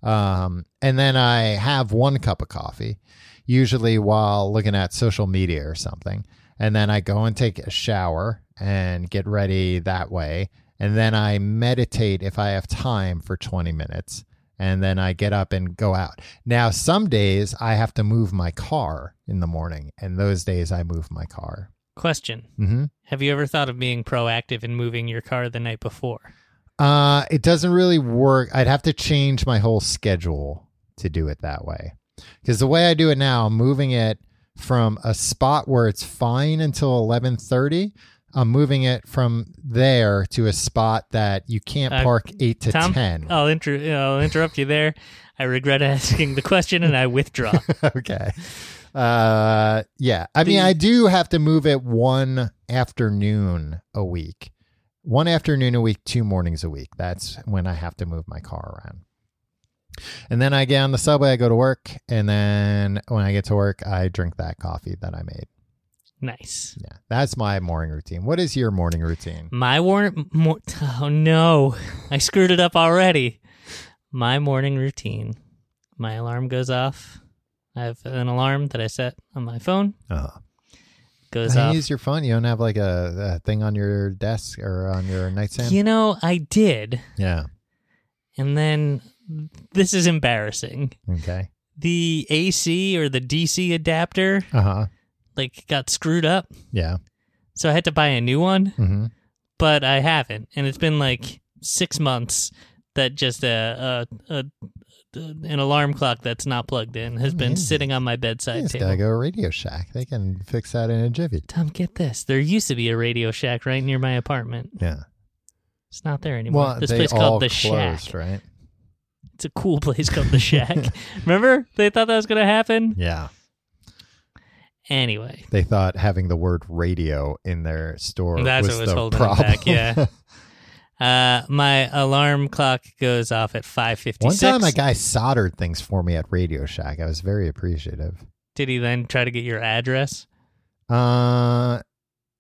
Speaker 1: off. Um, and then I have one cup of coffee, usually while looking at social media or something. And then I go and take a shower and get ready that way. And then I meditate if I have time for 20 minutes. And then I get up and go out. Now, some days I have to move my car in the morning, and those days I move my car.
Speaker 2: Question:
Speaker 1: hmm
Speaker 2: Have you ever thought of being proactive and moving your car the night before?
Speaker 1: Uh, it doesn't really work. I'd have to change my whole schedule to do it that way. Because the way I do it now, I'm moving it from a spot where it's fine until 11:30. I'm moving it from there to a spot that you can't
Speaker 2: Uh,
Speaker 1: park 8 to
Speaker 2: Tom,
Speaker 1: 10.
Speaker 2: I'll, inter- I'll interrupt you there. I regret asking the question and
Speaker 1: [laughs]
Speaker 2: I withdraw.
Speaker 1: okay. Uh yeah. I mean, I do have to move it one afternoon a week. One afternoon a week, two mornings a week. That's when I have to move my car around. And then I get on the subway, I go to work, and then when I get to work, I drink that coffee that I made.
Speaker 2: nice.
Speaker 1: Yeah. That's my morning routine. What is your morning routine?
Speaker 2: My warning. Mor- oh no, I screwed it up already. My morning routine. My alarm goes off. I have an alarm that I set on my phone.
Speaker 1: Uh,
Speaker 2: Goes
Speaker 1: I
Speaker 2: off.
Speaker 1: use your phone. You don't have like a, a thing on your desk or on your nightstand?
Speaker 2: You know, I did,
Speaker 1: yeah.
Speaker 2: and then this is embarrassing.
Speaker 1: Okay.
Speaker 2: The AC or the DC adapter
Speaker 1: Uh huh.
Speaker 2: like got screwed up,
Speaker 1: Yeah.
Speaker 2: so I had to buy a new one.
Speaker 1: Mm-hmm.
Speaker 2: but I haven't, and it's been like six months that just a, a, a an alarm clock that's not plugged in has been
Speaker 1: Yeah.
Speaker 2: sitting on my bedside
Speaker 1: Yes,
Speaker 2: table.
Speaker 1: gotta go to Radio Shack. They can fix that in a jiffy.
Speaker 2: Tom, get this: there used to be a Radio Shack right near my apartment.
Speaker 1: Yeah.
Speaker 2: It's not there anymore.
Speaker 1: Well,
Speaker 2: this
Speaker 1: they
Speaker 2: place
Speaker 1: all
Speaker 2: called the
Speaker 1: closed,
Speaker 2: Shack.
Speaker 1: right?
Speaker 2: It's a cool place called the Shack.
Speaker 1: [laughs]
Speaker 2: Remember, they thought that was gonna happen.
Speaker 1: Yeah.
Speaker 2: Anyway,
Speaker 1: They thought having the word radio in their store
Speaker 2: That's
Speaker 1: was
Speaker 2: what was
Speaker 1: the
Speaker 2: holding them
Speaker 1: problem. [laughs]
Speaker 2: back, yeah. uh, my alarm clock goes off at five
Speaker 1: One
Speaker 2: fifty-six.
Speaker 1: time, a guy soldered things for me at Radio Shack. I was very appreciative.
Speaker 2: Did he then try to get your address?
Speaker 1: Uh,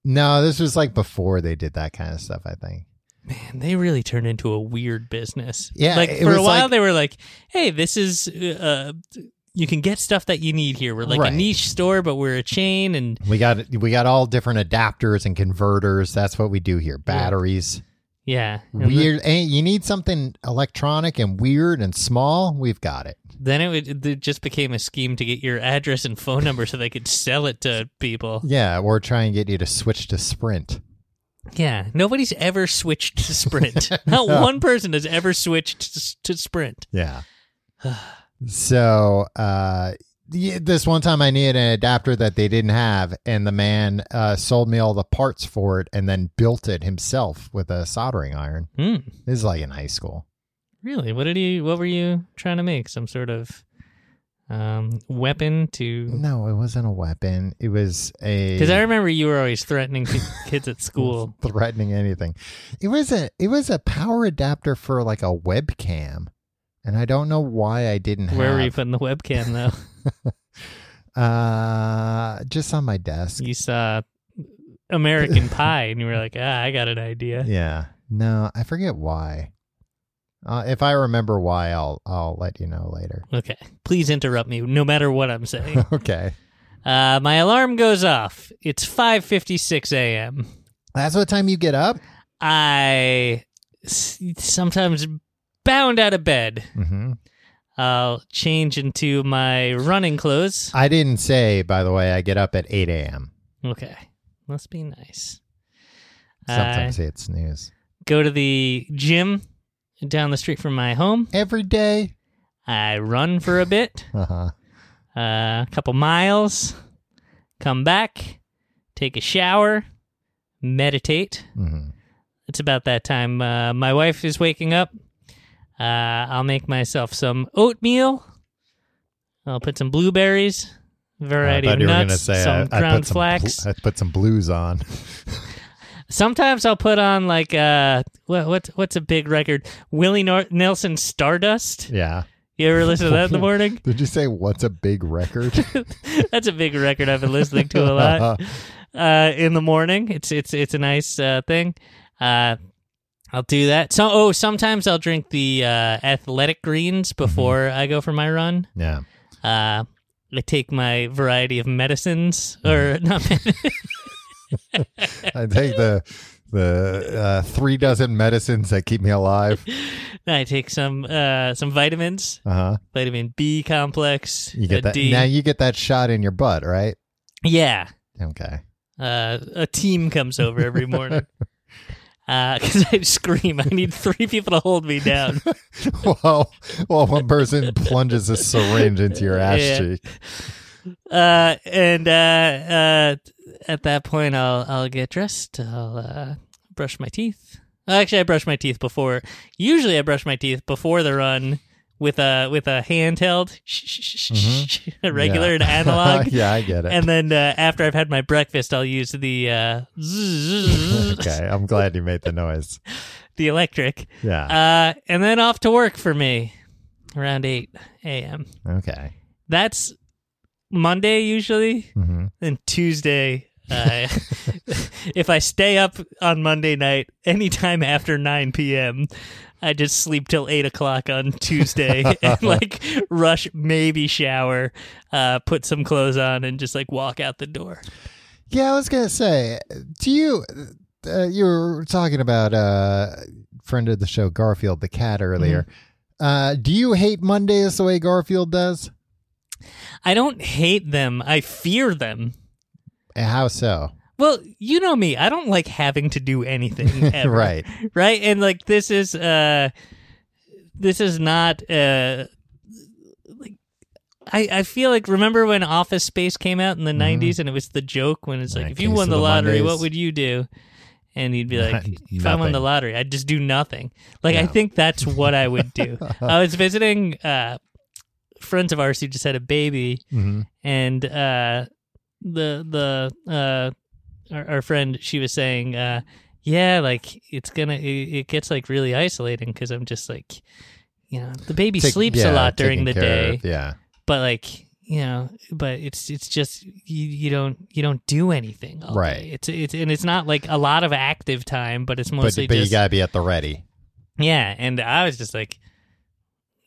Speaker 1: no, this was like before they did that kind of stuff. I think.
Speaker 2: Man, they really turned into a weird business.
Speaker 1: Yeah,
Speaker 2: like
Speaker 1: it
Speaker 2: for a
Speaker 1: was
Speaker 2: while
Speaker 1: like-
Speaker 2: they were like, "Hey, this is uh, uh, you can get stuff that you need here. We're like
Speaker 1: Right.
Speaker 2: a niche store, but we're a chain." And
Speaker 1: We got we got all different adapters and converters. That's what we do here. Batteries.
Speaker 2: yeah, And th-
Speaker 1: Weird. And you need something electronic and weird and small. We've got it.
Speaker 2: Then it, would, it just became a scheme to get your address and phone number so they could sell it to people.
Speaker 1: Yeah, or try and get you to switch to Sprint.
Speaker 2: Yeah, nobody's ever switched
Speaker 1: [laughs]
Speaker 2: to Sprint. Not one person has ever switched to, to Sprint.
Speaker 1: Yeah. so, uh, y- this one time I needed an adapter that they didn't have, and the man uh, sold me all the parts for it and then built it himself with a soldering iron.
Speaker 2: Hmm.
Speaker 1: This is like in high school.
Speaker 2: Really? What did he? What were you trying to make? Some sort of um, weapon to
Speaker 1: No, it wasn't a weapon. It was a.
Speaker 2: Because I remember you were always
Speaker 1: [laughs]
Speaker 2: threatening ki- kids at school.
Speaker 1: threatening anything. It was a it was a power adapter for like a webcam, and I don't know why I didn't have.
Speaker 2: Where were you putting the webcam
Speaker 1: [laughs]
Speaker 2: though?
Speaker 1: Uh, just on my desk.
Speaker 2: you saw
Speaker 1: [laughs]
Speaker 2: American Pie and you were like, ah, I got an idea.
Speaker 1: Yeah. No, I forget why. Uh, if I remember why, I'll I'll let you know later. [laughs]
Speaker 2: Okay, please interrupt me, no matter what I'm saying.
Speaker 1: okay.
Speaker 2: uh, my alarm goes off. It's 5:56 a.m.
Speaker 1: That's what time you get up.
Speaker 2: I s- sometimes bound out of bed.
Speaker 1: Mm-hmm.
Speaker 2: I'll change into my running clothes.
Speaker 1: I didn't say, by the way, I get up at eight a.m.
Speaker 2: Okay, must be nice. I
Speaker 1: Sometimes it's news
Speaker 2: go to the gym down the street from my home.
Speaker 1: every day.
Speaker 2: I run for a bit,
Speaker 1: Uh huh.
Speaker 2: uh, a couple miles, come back, take a shower, meditate.
Speaker 1: Mm-hmm.
Speaker 2: It's about that time. Uh, my wife is waking up. Uh, I'll make myself some oatmeal. I'll put some blueberries, variety
Speaker 1: I
Speaker 2: of
Speaker 1: thought you were gonna
Speaker 2: nuts,
Speaker 1: say I,
Speaker 2: some
Speaker 1: I
Speaker 2: ground
Speaker 1: put some
Speaker 2: flax.
Speaker 1: blu- I put some blues on. [laughs]
Speaker 2: Sometimes I'll put on like uh, what, what's what's a big record? Willie Nor- Nelson Stardust.
Speaker 1: yeah.
Speaker 2: You ever listen to that in
Speaker 1: [laughs]
Speaker 2: the morning?
Speaker 1: Did you say what's a big record?
Speaker 2: That's a big record I've been listening to [laughs] a lot uh, in the morning. It's it's it's a nice uh, thing. Uh, I'll do that. So oh, sometimes I'll drink the uh, athletic greens
Speaker 1: Mm-hmm.
Speaker 2: before I go for my run.
Speaker 1: [laughs] yeah.
Speaker 2: Uh, I take my variety of medicines
Speaker 1: Mm-hmm.
Speaker 2: or [laughs] not. med-
Speaker 1: I take the the uh, three dozen medicines that keep me alive.
Speaker 2: I take some uh, some vitamins,
Speaker 1: Uh huh.
Speaker 2: vitamin B complex,
Speaker 1: You get
Speaker 2: a
Speaker 1: that
Speaker 2: D.
Speaker 1: now. You get that shot in your butt, right?
Speaker 2: yeah.
Speaker 1: Okay. [laughs]
Speaker 2: uh, a team comes over every morning. [laughs] Because I scream, I need three people to hold me down.
Speaker 1: well, well, one person plunges a syringe into your ass
Speaker 2: Yeah.
Speaker 1: cheek.
Speaker 2: uh, and uh, uh, at that point, I'll I'll get dressed. I'll uh, brush my teeth. Actually, I brush my teeth before. Usually, I brush my teeth before the run with a with a handheld, a regular and analog.
Speaker 1: yeah, Mm-hmm. [laughs] I get it.
Speaker 2: And then uh, after I've had my breakfast, I'll use the uh,
Speaker 1: okay, I'm glad you made the noise.
Speaker 2: the electric,
Speaker 1: Yeah.
Speaker 2: uh, and then off to work for me around eight a.m.
Speaker 1: okay.
Speaker 2: That's Monday usually.
Speaker 1: hmm
Speaker 2: then Tuesday. Uh, [laughs] if I stay up on Monday night, anytime after 9 p.m., I just sleep till 8 o'clock on Tuesday and like rush, maybe shower, uh, put some clothes on, and just like walk out the door.
Speaker 1: Yeah, I was gonna say, do you? Uh, you were talking about uh, friend of the show Garfield the cat earlier.
Speaker 2: Mm-hmm.
Speaker 1: Uh, do you hate Mondays the way Garfield does?
Speaker 2: I don't hate them, I fear them.
Speaker 1: And How so?
Speaker 2: Well, you know me, I don't like having to do
Speaker 1: [laughs]
Speaker 2: anything ever.
Speaker 1: Right.
Speaker 2: [laughs] right and like this is uh this is not uh like I, I feel like remember when Office Space came out in the '90s, and it was the joke when it's like,
Speaker 1: Like,
Speaker 2: if you
Speaker 1: Mm-hmm. Case
Speaker 2: won
Speaker 1: of
Speaker 2: the
Speaker 1: the
Speaker 2: lottery, what
Speaker 1: Mondays.
Speaker 2: would you do? And he'd
Speaker 1: [laughs]
Speaker 2: be like, if I won
Speaker 1: Nothing.
Speaker 2: the lottery, I'd just do nothing. Like I think that's what I
Speaker 1: [laughs]
Speaker 2: would do. I was visiting uh, friends of ours who just had a baby,
Speaker 1: hmm
Speaker 2: and uh, the the uh, our, our friend she was saying, uh, yeah, like it's gonna it, it gets like really isolating because I'm just like, you know, the baby sleeps a lot during the day,
Speaker 1: yeah.
Speaker 2: but like you know, but it's it's just you, you don't you don't do anything, all
Speaker 1: Right.
Speaker 2: day. It's it's and it's not like a lot of active time, but it's
Speaker 1: But,
Speaker 2: mostly
Speaker 1: but you
Speaker 2: just
Speaker 1: gotta be at the ready.
Speaker 2: yeah, and I was just like,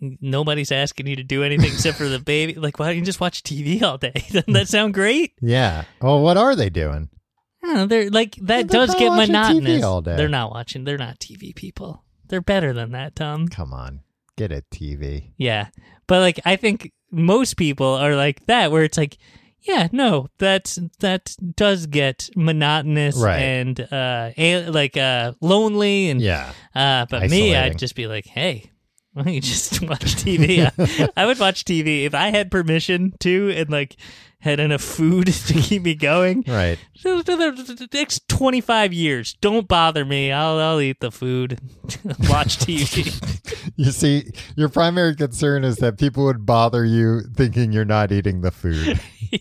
Speaker 2: nobody's asking you to do anything except for the baby. Like, why don't you just watch TV all day? [laughs] Doesn't that sound great?
Speaker 1: Yeah. Well, what are they doing?
Speaker 2: I don't know, they're like that
Speaker 1: they're
Speaker 2: does
Speaker 1: not
Speaker 2: get
Speaker 1: watching TV
Speaker 2: monotonous.
Speaker 1: all day.
Speaker 2: They're not watching. They're not TV people. They're better than that, Tom.
Speaker 1: Come on, get a TV.
Speaker 2: Yeah, but like I think most people are like that, where it's like, yeah, no, that's that does get monotonous
Speaker 1: Right.
Speaker 2: and uh, a- like uh, lonely
Speaker 1: [laughs]
Speaker 2: and
Speaker 1: Yeah.
Speaker 2: Uh, but
Speaker 1: Isolating.
Speaker 2: me, I'd just be like, hey, why don't you just [laughs] watch TV? I, I would watch TV if I had permission to and like had enough food [laughs] to keep me going.
Speaker 1: Right.
Speaker 2: The next 25 years, don't bother me. I'll, I'll eat the food, [laughs] watch TV.
Speaker 1: You see, your primary concern is that people would bother you thinking you're not eating the [laughs] food.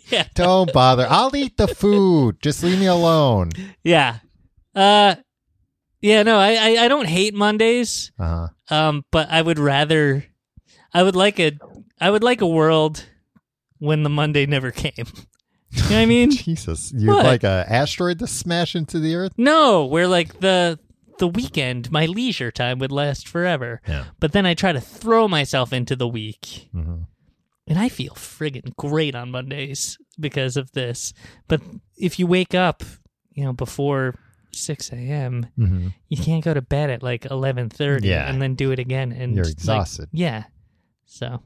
Speaker 2: yeah.
Speaker 1: Don't bother. I'll eat the food. Just leave me alone.
Speaker 2: Yeah. Uh, yeah, no, I, I, I don't hate Mondays.
Speaker 1: Uh-huh.
Speaker 2: Um, but I would rather, I would like a, I would like a world when the Monday never came. You know what I mean?
Speaker 1: Jesus, you
Speaker 2: What?
Speaker 1: like a asteroid to smash into the earth?
Speaker 2: No, where like the the weekend, my leisure time would last forever.
Speaker 1: Yeah.
Speaker 2: But then I try to throw myself into the week,
Speaker 1: Mhm.
Speaker 2: and I feel friggin' great on Mondays because of this. But if you wake up, you know, before six a.m.,
Speaker 1: Mhm.
Speaker 2: you can't go to bed at like eleven thirty,
Speaker 1: Yeah.
Speaker 2: and then do it again, and
Speaker 1: You're
Speaker 2: like,
Speaker 1: exhausted.
Speaker 2: yeah, so.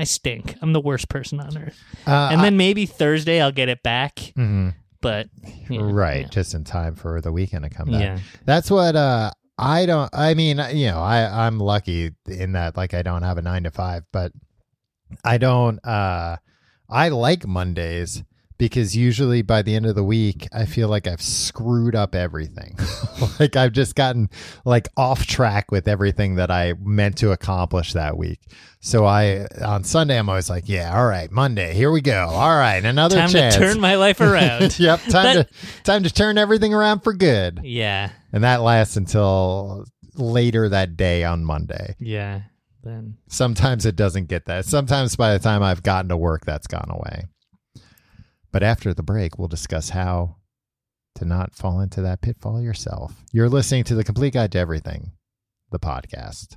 Speaker 2: I stink. I'm the worst person on earth.
Speaker 1: Uh,
Speaker 2: And then maybe Thursday I'll get it back,
Speaker 1: I- mhm.
Speaker 2: but yeah,
Speaker 1: right, just in time for the weekend to come
Speaker 2: Yeah.
Speaker 1: back.
Speaker 2: yeah.
Speaker 1: That's what uh I don't I mean, uh, you know, I I'm lucky in that like I don't have a 9 to 5, but I don't uh I like Mondays because usually by the end of the week I feel like I've screwed up everything. [laughs] like I've just gotten like off track with everything that I meant to accomplish that week. So I on Sunday I'm always like, yeah, all right, Monday, here we go. All right, another
Speaker 2: Time
Speaker 1: chance.
Speaker 2: to turn my life around.
Speaker 1: [laughs] yep, time
Speaker 2: That-
Speaker 1: to time to turn everything around for good.
Speaker 2: Yeah,
Speaker 1: And that lasts until later that day on Monday.
Speaker 2: yeah. Then
Speaker 1: Sometimes it doesn't get that. Sometimes by the time I've gotten to work, that's gone away. But after the break, we'll discuss how to not fall into that pitfall yourself. You're listening to The Complete Guide to Everything, the podcast.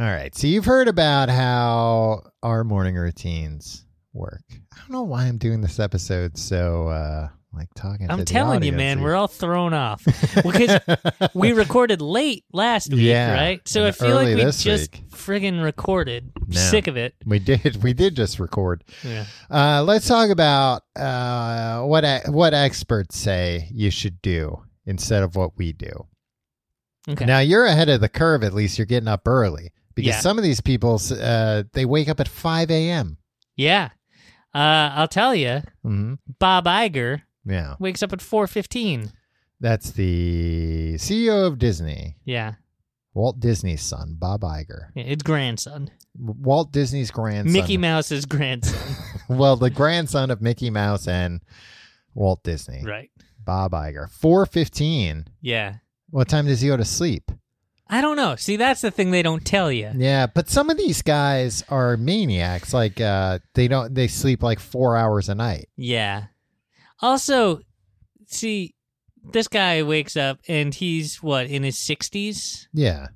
Speaker 1: All right. So you've heard about how our morning routines work. I don't know why I'm doing this episode so uh like talking to
Speaker 2: I'm
Speaker 1: the
Speaker 2: telling you,
Speaker 1: audience.
Speaker 2: man, we're all
Speaker 1: [laughs]
Speaker 2: thrown off because we recorded late last week,
Speaker 1: Yeah,
Speaker 2: right? So I
Speaker 1: and
Speaker 2: feel like
Speaker 1: early
Speaker 2: we
Speaker 1: this
Speaker 2: just
Speaker 1: week.
Speaker 2: friggin' recorded. I'm
Speaker 1: No.
Speaker 2: Sick of it.
Speaker 1: we did we did just record.
Speaker 2: Yeah.
Speaker 1: Uh, let's talk about uh, what e- what experts say you should do instead of what we do.
Speaker 2: Okay.
Speaker 1: Now you're ahead of the curve. At least you're getting up early because
Speaker 2: Yeah.
Speaker 1: some of these people uh, they wake up at five a.m.
Speaker 2: yeah. Uh, I'll tell you,
Speaker 1: hmm
Speaker 2: Bob Iger
Speaker 1: Yeah,
Speaker 2: wakes up at 4:15.
Speaker 1: that's the CEO of Disney,
Speaker 2: Yeah.
Speaker 1: Walt Disney's son, Bob Iger,
Speaker 2: yeah. It's grandson.
Speaker 1: Walt Disney's grandson,
Speaker 2: Mickey Mouse's grandson.
Speaker 1: [laughs] well, the grandson of Mickey Mouse and Walt Disney,
Speaker 2: right.
Speaker 1: Bob Iger, four fifteen.
Speaker 2: Yeah.
Speaker 1: What time does he go to sleep?
Speaker 2: I don't know. See, that's the thing they don't tell you.
Speaker 1: Yeah, but some of these guys are maniacs. Like uh, they don't they sleep like four hours a night.
Speaker 2: Yeah. Also, see, this guy wakes up and he's what in his 60s.
Speaker 1: Yeah,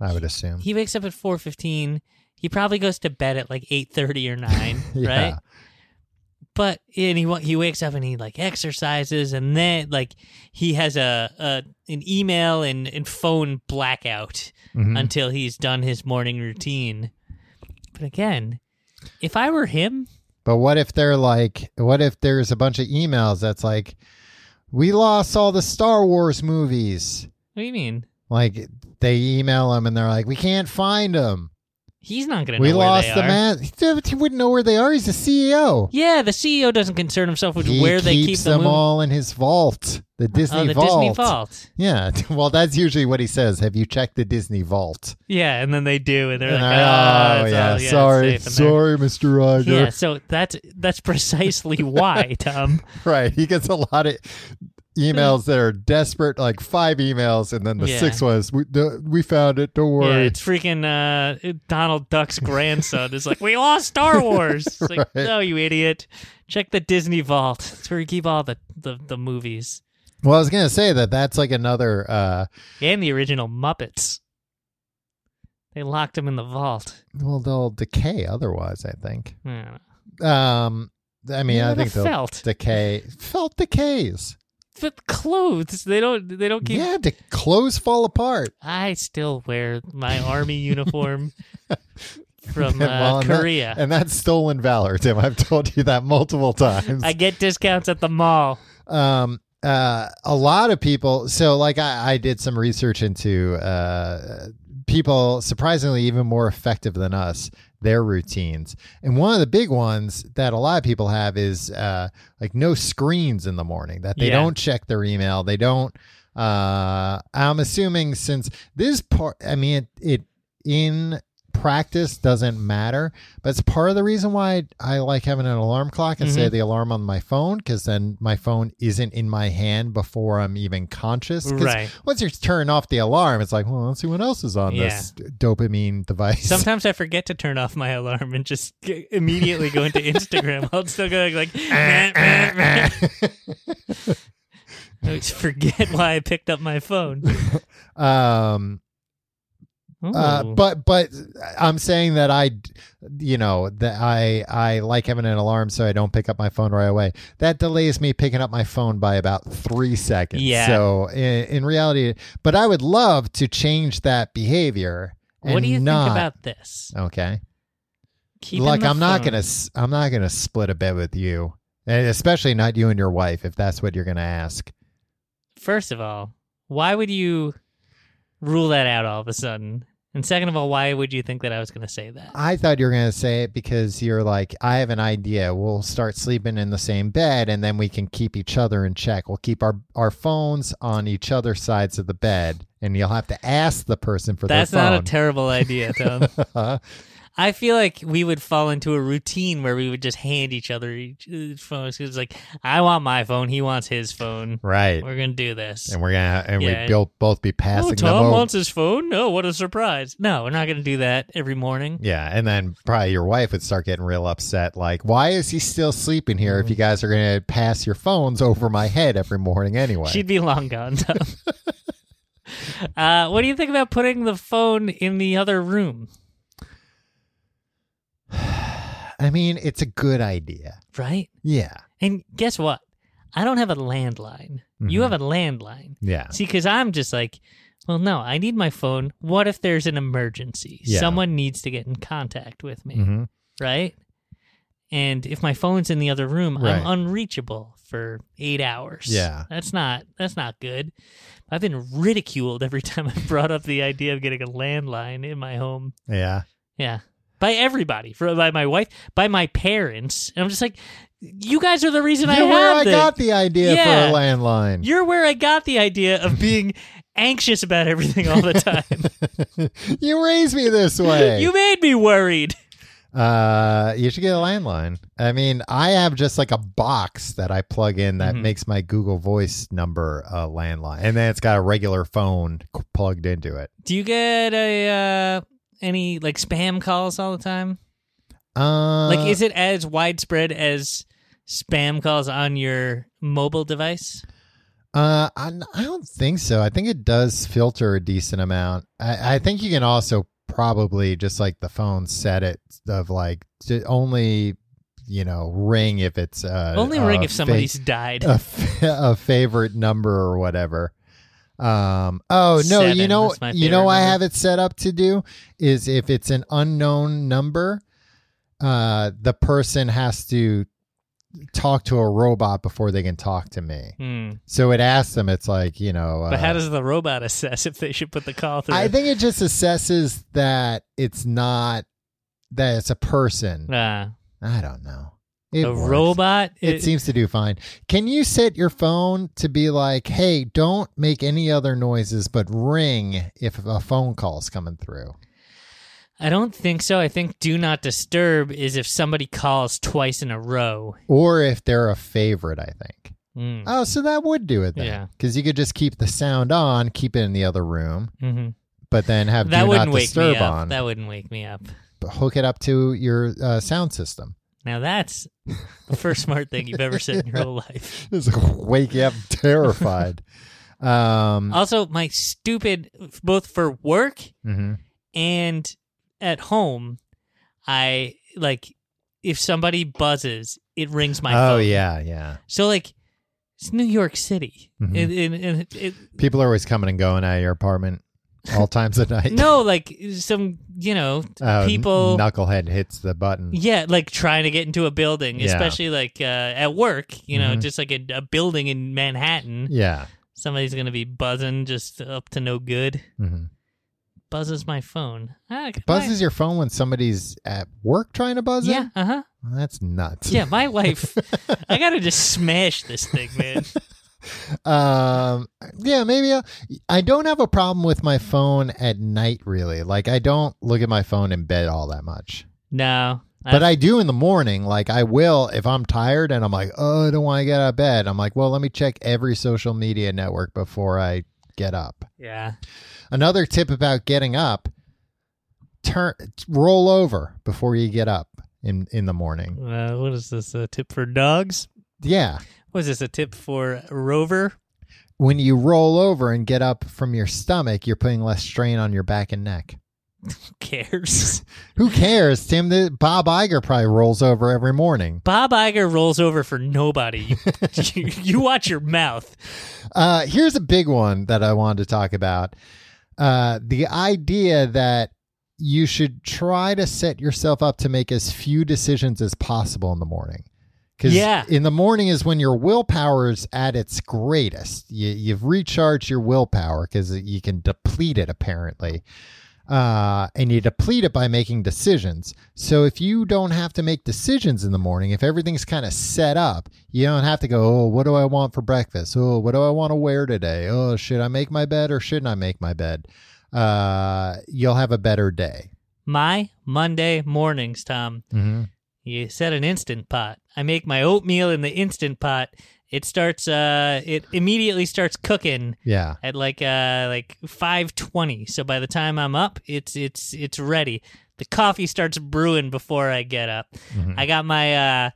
Speaker 1: I would assume.
Speaker 2: He wakes up at 4:15. He probably goes to bed at like 8:30 or 9,
Speaker 1: [laughs] Yeah.
Speaker 2: right? But and he wa- he wakes up and he like exercises and then like he has a, a an email and, and phone blackout
Speaker 1: Mhm.
Speaker 2: until he's done his morning routine. But again, if I were him,
Speaker 1: But what if they're like, what if there's a bunch of emails that's like, we lost all the Star Wars movies.
Speaker 2: what do you mean?
Speaker 1: Like they email them and they're like, we can't find them.
Speaker 2: He's not going to
Speaker 1: We
Speaker 2: know where
Speaker 1: lost
Speaker 2: they
Speaker 1: the
Speaker 2: are.
Speaker 1: man. He wouldn't know where they are. He's the CEO.
Speaker 2: Yeah, the CEO doesn't concern himself with
Speaker 1: He
Speaker 2: where they keep
Speaker 1: keeps
Speaker 2: the
Speaker 1: them
Speaker 2: movie.
Speaker 1: all in his vault, the Disney
Speaker 2: oh, the
Speaker 1: vault.
Speaker 2: Disney Vault.
Speaker 1: Yeah. [laughs] Well, that's usually what he says. Have you checked the Disney vault?
Speaker 2: Yeah, and then they do, and they're
Speaker 1: And
Speaker 2: like,
Speaker 1: I- oh,
Speaker 2: "Ah, it's all- it's
Speaker 1: sorry,
Speaker 2: safe in there."
Speaker 1: sorry, Mr. Iger.
Speaker 2: Yeah, so that's that's precisely why, Tom.
Speaker 1: [laughs] Right, he gets a lot of emails that are desperate, like five emails, and then the
Speaker 2: Yeah.
Speaker 1: sixth was we, the, we found it. Don't
Speaker 2: Yeah,
Speaker 1: worry.
Speaker 2: it's freaking uh, Donald Duck's grandson is like, "We
Speaker 1: [laughs]
Speaker 2: lost Star Wars." It's like,
Speaker 1: Right.
Speaker 2: no, you idiot. Check the Disney Vault. It's where you keep all the the, the movies
Speaker 1: well, I was gonna say that that's like another. uh
Speaker 2: and the original Muppets. They locked them in the vault. Hmm.
Speaker 1: Well, they'll decay otherwise. I think.
Speaker 2: I don't know.
Speaker 1: Um, I mean,
Speaker 2: Yeah,
Speaker 1: I think
Speaker 2: the
Speaker 1: they'll
Speaker 2: felt.
Speaker 1: decay. Felt decays.
Speaker 2: But clothes, they don't they don't keep
Speaker 1: Yeah, the clothes fall apart.
Speaker 2: I still wear my
Speaker 1: [laughs]
Speaker 2: army uniform from uh,
Speaker 1: Well, and that-
Speaker 2: Korea.
Speaker 1: and that's stolen valor, Tim. I've told you that multiple times.
Speaker 2: I get discounts at the mall.
Speaker 1: um uh a lot of people so like i i did some research into uh people surprisingly even more effective than us their routines and one of the big ones that a lot of people have is uh like no screens in the morning that they
Speaker 2: Yeah.
Speaker 1: don't check their email they don't uh i'm assuming since this part i mean it, it in practice doesn't matter, but it's part of the reason why I like having an alarm clock and say
Speaker 2: Mm-hmm.
Speaker 1: the alarm on my phone because then my phone isn't in my hand before I'm even conscious. 'Cause
Speaker 2: Right.
Speaker 1: Once you turn off the alarm, it's like, well, let's see what else is on this dopamine device.
Speaker 2: Sometimes [laughs] I forget to turn off my alarm and just g- immediately go into Instagram. I'll still go like, [laughs] meh, meh, meh. I always forget why I picked up my phone.
Speaker 1: [laughs] um, Uh,
Speaker 2: Ooh.
Speaker 1: but but I'm saying that I, you know, that I I like having an alarm so I don't pick up my phone right away. That delays me picking up my phone by about three seconds.
Speaker 2: Yeah.
Speaker 1: So in, in reality, but I would love to change that behavior.
Speaker 2: what
Speaker 1: and
Speaker 2: do you
Speaker 1: not-
Speaker 2: think about this?
Speaker 1: Okay.
Speaker 2: Keeping
Speaker 1: Look,
Speaker 2: the
Speaker 1: I'm not
Speaker 2: phone-
Speaker 1: gonna s- I'm not gonna split a bed with you, and especially not you and your wife if that's what you're gonna ask.
Speaker 2: First of all, why would you rule that out all of a sudden? And second of all, why would you think that I was going to say that?
Speaker 1: I thought you were going to say it because you're like, I have an idea. We'll start sleeping in the same bed and then we can keep each other in check. We'll keep our, our phones on each other's sides of the bed and you'll have to ask the person for
Speaker 2: That's
Speaker 1: their
Speaker 2: not a
Speaker 1: phone.
Speaker 2: terrible idea, Tom.
Speaker 1: terrible.
Speaker 2: I feel like we would fall into a routine where we would just hand each other each each phones. 'Cause It's like, I want my phone, he wants his phone.
Speaker 1: [laughs] right.
Speaker 2: We're going to do this.
Speaker 1: And we're going to, and
Speaker 2: Yeah.
Speaker 1: we will both be
Speaker 2: Oh,
Speaker 1: passing them
Speaker 2: Tom
Speaker 1: over.
Speaker 2: wants his phone? No, what a surprise. No, we're not going to do that every morning.
Speaker 1: yeah. And then probably your wife would start getting real upset. Like, why is he still sleeping here
Speaker 2: Mm-hmm.
Speaker 1: if you guys are going to pass your phones over my head every morning anyway?
Speaker 2: She'd be long gone, Tom.
Speaker 1: [laughs]
Speaker 2: uh, what do you think about putting the phone in the other room?
Speaker 1: I mean, it's a good idea.
Speaker 2: Right?
Speaker 1: Yeah.
Speaker 2: And guess what? I don't have a landline. You have a landline.
Speaker 1: Mm-hmm. Yeah.
Speaker 2: See, because I'm just like, well, no, I need my phone. What if there's an emergency?
Speaker 1: Yeah.
Speaker 2: Someone needs to get in contact with me,
Speaker 1: Mm-hmm.
Speaker 2: right? And if my phone's in the other room,
Speaker 1: Right.
Speaker 2: I'm unreachable for eight hours.
Speaker 1: Yeah.
Speaker 2: that's not that's not good. I've been ridiculed every [laughs] time I brought up the idea of getting a landline in my home.
Speaker 1: Yeah.
Speaker 2: Yeah. By everybody, for, by my wife, by my parents, and I'm just like, you guys are the reason I
Speaker 1: You're where
Speaker 2: have
Speaker 1: I
Speaker 2: this.
Speaker 1: got the idea
Speaker 2: Yeah.
Speaker 1: for a landline.
Speaker 2: You're where I got the idea
Speaker 1: [laughs]
Speaker 2: of being anxious about everything all the time.
Speaker 1: [laughs] you raised me this way.
Speaker 2: [laughs] you made me worried.
Speaker 1: uh, you should get a landline. I mean, I have just like a box that I plug in that
Speaker 2: Mm-hmm.
Speaker 1: makes my Google Voice number a landline, and then it's got a regular phone c- plugged into it.
Speaker 2: Do you get a uh, any like spam calls all the time?
Speaker 1: Uh,
Speaker 2: like, is it as widespread as spam calls on your mobile device?
Speaker 1: Uh, I, I don't think so. I think it does filter a decent amount. I, I think you can also probably just like the phone set it of like to only you know ring if it's uh,
Speaker 2: Only
Speaker 1: a
Speaker 2: ring if
Speaker 1: fa-
Speaker 2: somebody's died.
Speaker 1: a, f- a favorite number or whatever. Um. Oh no. you
Speaker 2: Seven,
Speaker 1: know.
Speaker 2: that's my
Speaker 1: You know.
Speaker 2: favorite
Speaker 1: what I
Speaker 2: number.
Speaker 1: have it set up to do is if it's an unknown number, uh, the person has to talk to a robot before they can talk to me.
Speaker 2: Hmm.
Speaker 1: So it asks them. It's like you know. Uh,
Speaker 2: But how does the robot [laughs] assess if they should put the call through?
Speaker 1: I think it just assesses that it's not that it's a person.
Speaker 2: uh,
Speaker 1: I don't know. It
Speaker 2: the
Speaker 1: works.
Speaker 2: robot.
Speaker 1: It, seems to do fine. Can you set your phone to be like, hey, don't make any other noises but ring if a phone call's coming through?
Speaker 2: I don't think so. I think do not disturb is if somebody calls twice in a row.
Speaker 1: Or if they're a favorite, I think.
Speaker 2: Mm.
Speaker 1: Oh, so that would do it then.
Speaker 2: Yeah.
Speaker 1: Because you could just keep the sound on, keep it in the other room,
Speaker 2: hmm
Speaker 1: but then have
Speaker 2: That
Speaker 1: do
Speaker 2: wouldn't
Speaker 1: not
Speaker 2: wake me
Speaker 1: disturb
Speaker 2: up.
Speaker 1: on.
Speaker 2: That wouldn't wake me up.
Speaker 1: Hook it up to your uh, sound system. [laughs]
Speaker 2: Now that's the first smart thing you've ever said in your whole
Speaker 1: [laughs]
Speaker 2: life.
Speaker 1: Just wake you up
Speaker 2: [laughs]
Speaker 1: terrified. um,
Speaker 2: Also, my stupid both for work
Speaker 1: mhm.
Speaker 2: and at home, I like if somebody buzzes, it rings my
Speaker 1: Oh,
Speaker 2: phone.
Speaker 1: yeah, yeah.
Speaker 2: So like it's New York City.
Speaker 1: Mhm.
Speaker 2: And- and- and it- it,
Speaker 1: People are always coming and going out of your apartment all times of [laughs] night.
Speaker 2: no, like some you know
Speaker 1: Oh,
Speaker 2: people.
Speaker 1: knucklehead hits the button.
Speaker 2: Yeah, like trying to get into a building,
Speaker 1: Yeah.
Speaker 2: especially like uh, at work, you know,
Speaker 1: Mhm.
Speaker 2: just like a, a building in Manhattan.
Speaker 1: Yeah.
Speaker 2: Somebody's going to be buzzing just up to no good.
Speaker 1: hmm
Speaker 2: Buzzes my phone. Ah, c-
Speaker 1: Buzzes your phone when somebody's at work trying to
Speaker 2: my-
Speaker 1: buzz
Speaker 2: Yeah,
Speaker 1: it?
Speaker 2: uh huh.
Speaker 1: That's nuts. [laughs]
Speaker 2: Yeah, my wife. I got to just smash this thing, man.
Speaker 1: [laughs] um yeah maybe I'll, i don't have a problem with my phone at night really like i don't look at my phone in bed all that much
Speaker 2: No.
Speaker 1: but I do in the morning. Like I will if I'm tired and I'm like, oh, I don't want to get out of bed. I'm like, well, let me check every social media network before I get up.
Speaker 2: Yeah.
Speaker 1: Another tip about getting up: turn, roll over before you get up in in the morning.
Speaker 2: Uh, what is this? A tip for dogs?
Speaker 1: Yeah,
Speaker 2: What is this? A tip for Rover?
Speaker 1: when you roll over and get up from your stomach, you're putting less strain on your back and neck.
Speaker 2: Who
Speaker 1: [laughs]
Speaker 2: cares?
Speaker 1: Who cares, Tim? The, Bob Iger probably rolls over every morning.
Speaker 2: Bob Iger rolls over
Speaker 1: [laughs]
Speaker 2: for nobody. You, you, you watch your mouth.
Speaker 1: Uh, here's a big one that I wanted to talk about. Uh, the idea that you should try to set yourself up to make as few decisions as possible in the morning. Because
Speaker 2: Yeah.
Speaker 1: in the morning is when your willpower is at its greatest. You, you've recharged your willpower because you can deplete it apparently. Uh, and you deplete it by making decisions. So if you don't have to make decisions in the morning, if everything's kind of set up, you don't have to go, oh, what do I want for breakfast? Oh, what do I want to wear today? Oh, should I make my bed or shouldn't I make my bed? Uh, you'll have a better day.
Speaker 2: My Monday mornings, Tom.
Speaker 1: Mm-hmm.
Speaker 2: You set an instant pot. I make my oatmeal in the instant pot. It starts. Uh, it immediately starts cooking
Speaker 1: Yeah.
Speaker 2: at like uh like five twenty. So by the time I'm up, it's it's it's ready. The coffee starts brewing before I get up. I got my uh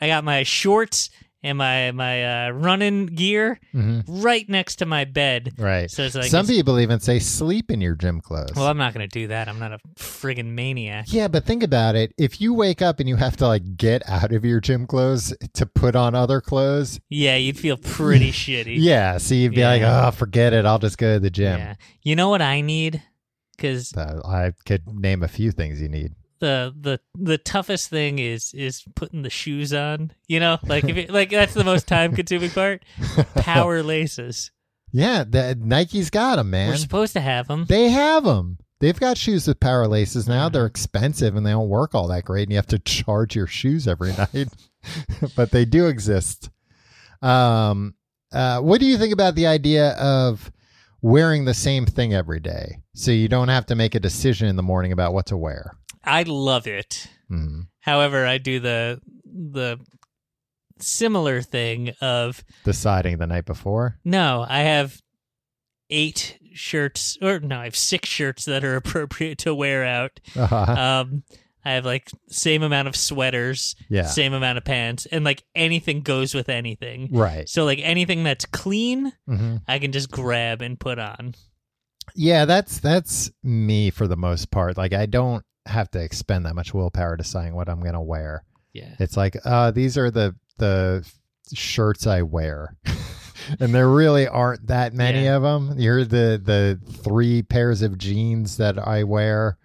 Speaker 2: I got my shorts and my my uh, running gear
Speaker 1: hmm
Speaker 2: right next to my bed.
Speaker 1: Right.
Speaker 2: So it's like
Speaker 1: Some
Speaker 2: it's-
Speaker 1: people even say sleep in your gym clothes.
Speaker 2: Well, I'm not going to do that. I'm not a friggin' maniac.
Speaker 1: yeah, but think about it. If you wake up and you have to like get out of your gym clothes to put on other clothes,
Speaker 2: Yeah, you'd feel pretty shitty.
Speaker 1: yeah, so you'd be
Speaker 2: Yeah.
Speaker 1: like, oh, forget it. I'll just go to the gym.
Speaker 2: Yeah. You know what I need? Because
Speaker 1: So I could name a few things you need.
Speaker 2: the the the toughest thing is is putting the shoes on. You know, like if it, like that's the most time consuming part. Power laces.
Speaker 1: Yeah, the, Nike's got them,
Speaker 2: We're
Speaker 1: man.
Speaker 2: supposed to have them.
Speaker 1: They have them. They've got shoes with power laces now. They're expensive and they don't work all that great, and you have to charge your shoes every [laughs] night. but they do exist. Um, uh, what do you think about the idea of wearing the same thing every day, so you don't have to make a decision in the morning about what to wear?
Speaker 2: I love it.
Speaker 1: hmm
Speaker 2: However, I do the the similar thing of
Speaker 1: Deciding the night before. [laughs]
Speaker 2: No, I have eight shirts, or no, I have six shirts that are [laughs] appropriate to wear out.
Speaker 1: [laughs] Uh-huh.
Speaker 2: Um, I have like same amount of sweaters,
Speaker 1: Yeah.
Speaker 2: same amount of pants, and like anything goes with anything.
Speaker 1: right.
Speaker 2: So like anything that's clean,
Speaker 1: hmm
Speaker 2: I can just grab and put on.
Speaker 1: Yeah, that's that's me for the most part. Like I don't have to expend that much willpower deciding what I'm gonna wear.
Speaker 2: Yeah.
Speaker 1: It's like, uh, these are the the shirts I wear. [laughs] and there really aren't that many
Speaker 2: Yeah.
Speaker 1: of them. You're the the three pairs of jeans that I wear.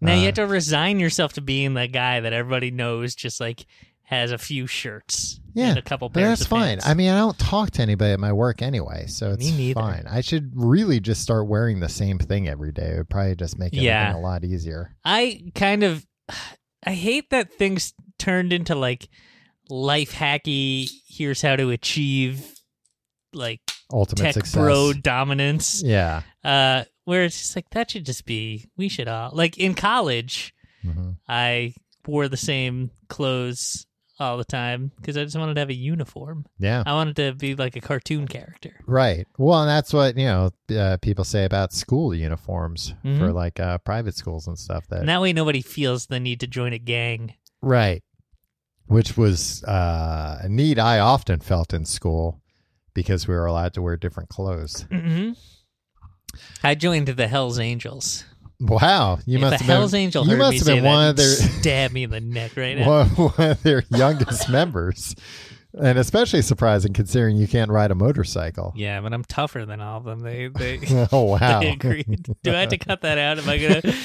Speaker 2: Now you
Speaker 1: Uh,
Speaker 2: have to resign yourself to being that guy that everybody knows just like has a few shirts
Speaker 1: Yeah,
Speaker 2: and a couple
Speaker 1: But
Speaker 2: pairs
Speaker 1: that's
Speaker 2: of
Speaker 1: fine.
Speaker 2: pants.
Speaker 1: I mean, I don't talk to anybody at my work anyway, so it's
Speaker 2: Me neither.
Speaker 1: fine. I should really just start wearing the same thing every day. It would probably just make everything
Speaker 2: Yeah.
Speaker 1: a lot easier.
Speaker 2: I kind of I hate that things turned into like life hacky here's how to achieve like
Speaker 1: Ultimate
Speaker 2: tech
Speaker 1: success.
Speaker 2: bro dominance.
Speaker 1: Yeah.
Speaker 2: Uh where it's just like that should just be we should all like in college
Speaker 1: hmm
Speaker 2: I wore the same clothes all the time because I just wanted to have a uniform.
Speaker 1: Yeah.
Speaker 2: I wanted to be like a cartoon character.
Speaker 1: Right. Well, and that's what you know uh, people say about school uniforms
Speaker 2: Mhm.
Speaker 1: for like uh, private schools and stuff. That
Speaker 2: And that way nobody feels the need to join a gang.
Speaker 1: right, which was uh, a need I often felt in school because we were allowed to wear different clothes.
Speaker 2: hmm I joined the Hells Angels.
Speaker 1: Wow, you
Speaker 2: if
Speaker 1: must
Speaker 2: a
Speaker 1: have
Speaker 2: Hell's
Speaker 1: been,
Speaker 2: Angel
Speaker 1: You
Speaker 2: heard
Speaker 1: must
Speaker 2: me
Speaker 1: have
Speaker 2: say
Speaker 1: been
Speaker 2: that,
Speaker 1: one
Speaker 2: he'd
Speaker 1: of
Speaker 2: [laughs]
Speaker 1: their [laughs]
Speaker 2: stab me in the neck right now.
Speaker 1: one, one of their
Speaker 2: [laughs]
Speaker 1: youngest members, and especially surprising considering you can't ride a motorcycle.
Speaker 2: Yeah, but I'm tougher than all of them. They they,
Speaker 1: [laughs] Oh [laughs] wow!
Speaker 2: [laughs] they agreed. Do I have to cut that out? Am I gonna?
Speaker 1: [laughs]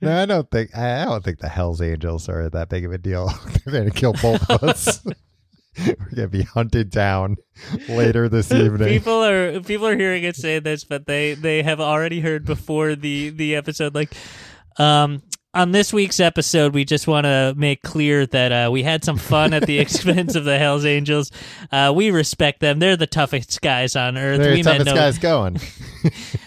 Speaker 1: No, I don't think I I don't think the Hell's Angels are that big of a deal. [laughs] They're gonna kill both of
Speaker 2: [laughs]
Speaker 1: us. We're gonna be hunted down later this evening.
Speaker 2: people are people are hearing us say this, but they they have already heard before the the episode. Like, um, on this week's episode, we just want to make clear that uh, we had some fun at
Speaker 1: [laughs]
Speaker 2: the expense of the Hells Angels. Uh, we respect them; they're the toughest guys on earth.
Speaker 1: They're
Speaker 2: we
Speaker 1: the toughest
Speaker 2: no,
Speaker 1: guys going.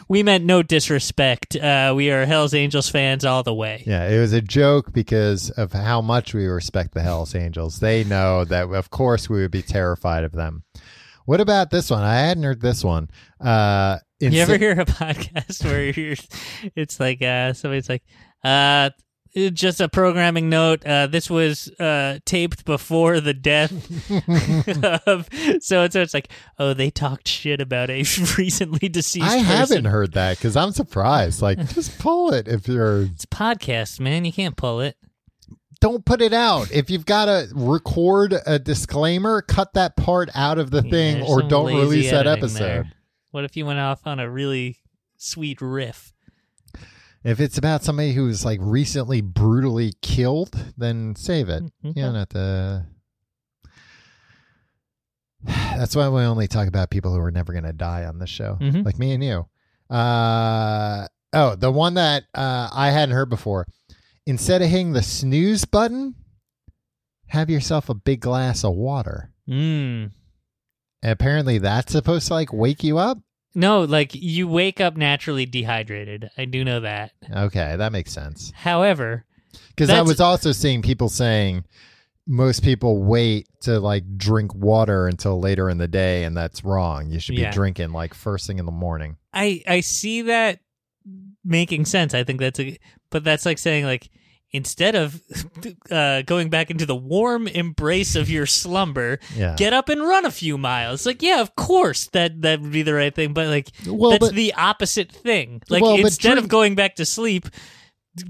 Speaker 2: we meant no disrespect. Uh, we are Hells Angels fans all the way.
Speaker 1: Yeah, it was a joke because of how much we respect the Hells Angels. They know that, of course, we would be terrified of them. What about this one? I hadn't heard this one. Uh, in
Speaker 2: You ever
Speaker 1: Sa-
Speaker 2: hear a [laughs] podcast where you're, it's like uh, somebody's like, uh, just a programming note. Uh, this was uh, taped before
Speaker 1: [laughs]
Speaker 2: the death of. So it's, it's like, oh, they talked shit about a [laughs] recently deceased.
Speaker 1: I haven't
Speaker 2: person.
Speaker 1: heard that because I'm surprised.
Speaker 2: [laughs]
Speaker 1: Like, just pull it if you're.
Speaker 2: It's podcast, man. You can't pull it.
Speaker 1: Don't put it
Speaker 2: [laughs]
Speaker 1: out. If you've got to record a disclaimer, cut that part out of the thing
Speaker 2: There's
Speaker 1: or
Speaker 2: some
Speaker 1: don't
Speaker 2: lazy
Speaker 1: release that
Speaker 2: editing
Speaker 1: episode.
Speaker 2: there. What if you went off on a really sweet riff?
Speaker 1: If it's about somebody who was like recently brutally killed, then save it.
Speaker 2: Mm-hmm.
Speaker 1: Yeah, not the. [sighs] That's why we only talk about people who are never going to die on this show,
Speaker 2: Mhm.
Speaker 1: like me and you. Uh, oh, the one that uh, I hadn't heard before. Instead of hitting the snooze button, have yourself a big glass of water.
Speaker 2: Mm.
Speaker 1: And apparently, that's supposed to like wake you up.
Speaker 2: No, like you wake up naturally dehydrated. I do know that.
Speaker 1: Okay, that makes sense.
Speaker 2: However,
Speaker 1: Because I
Speaker 2: That's-
Speaker 1: was also seeing people saying most people wait to like drink water until later in the day, and that's wrong. You should
Speaker 2: Yeah.
Speaker 1: be drinking like first thing in the morning.
Speaker 2: I I see that making sense. I think that's a but that's like saying like instead of [laughs] uh, going back into the warm embrace of your slumber,
Speaker 1: Yeah.
Speaker 2: get up and run a few miles. Like yeah, of course that that would be the right thing, but like
Speaker 1: Well,
Speaker 2: that's
Speaker 1: but-
Speaker 2: the opposite thing. Like
Speaker 1: Well, but
Speaker 2: instead of
Speaker 1: drink-
Speaker 2: going back to sleep,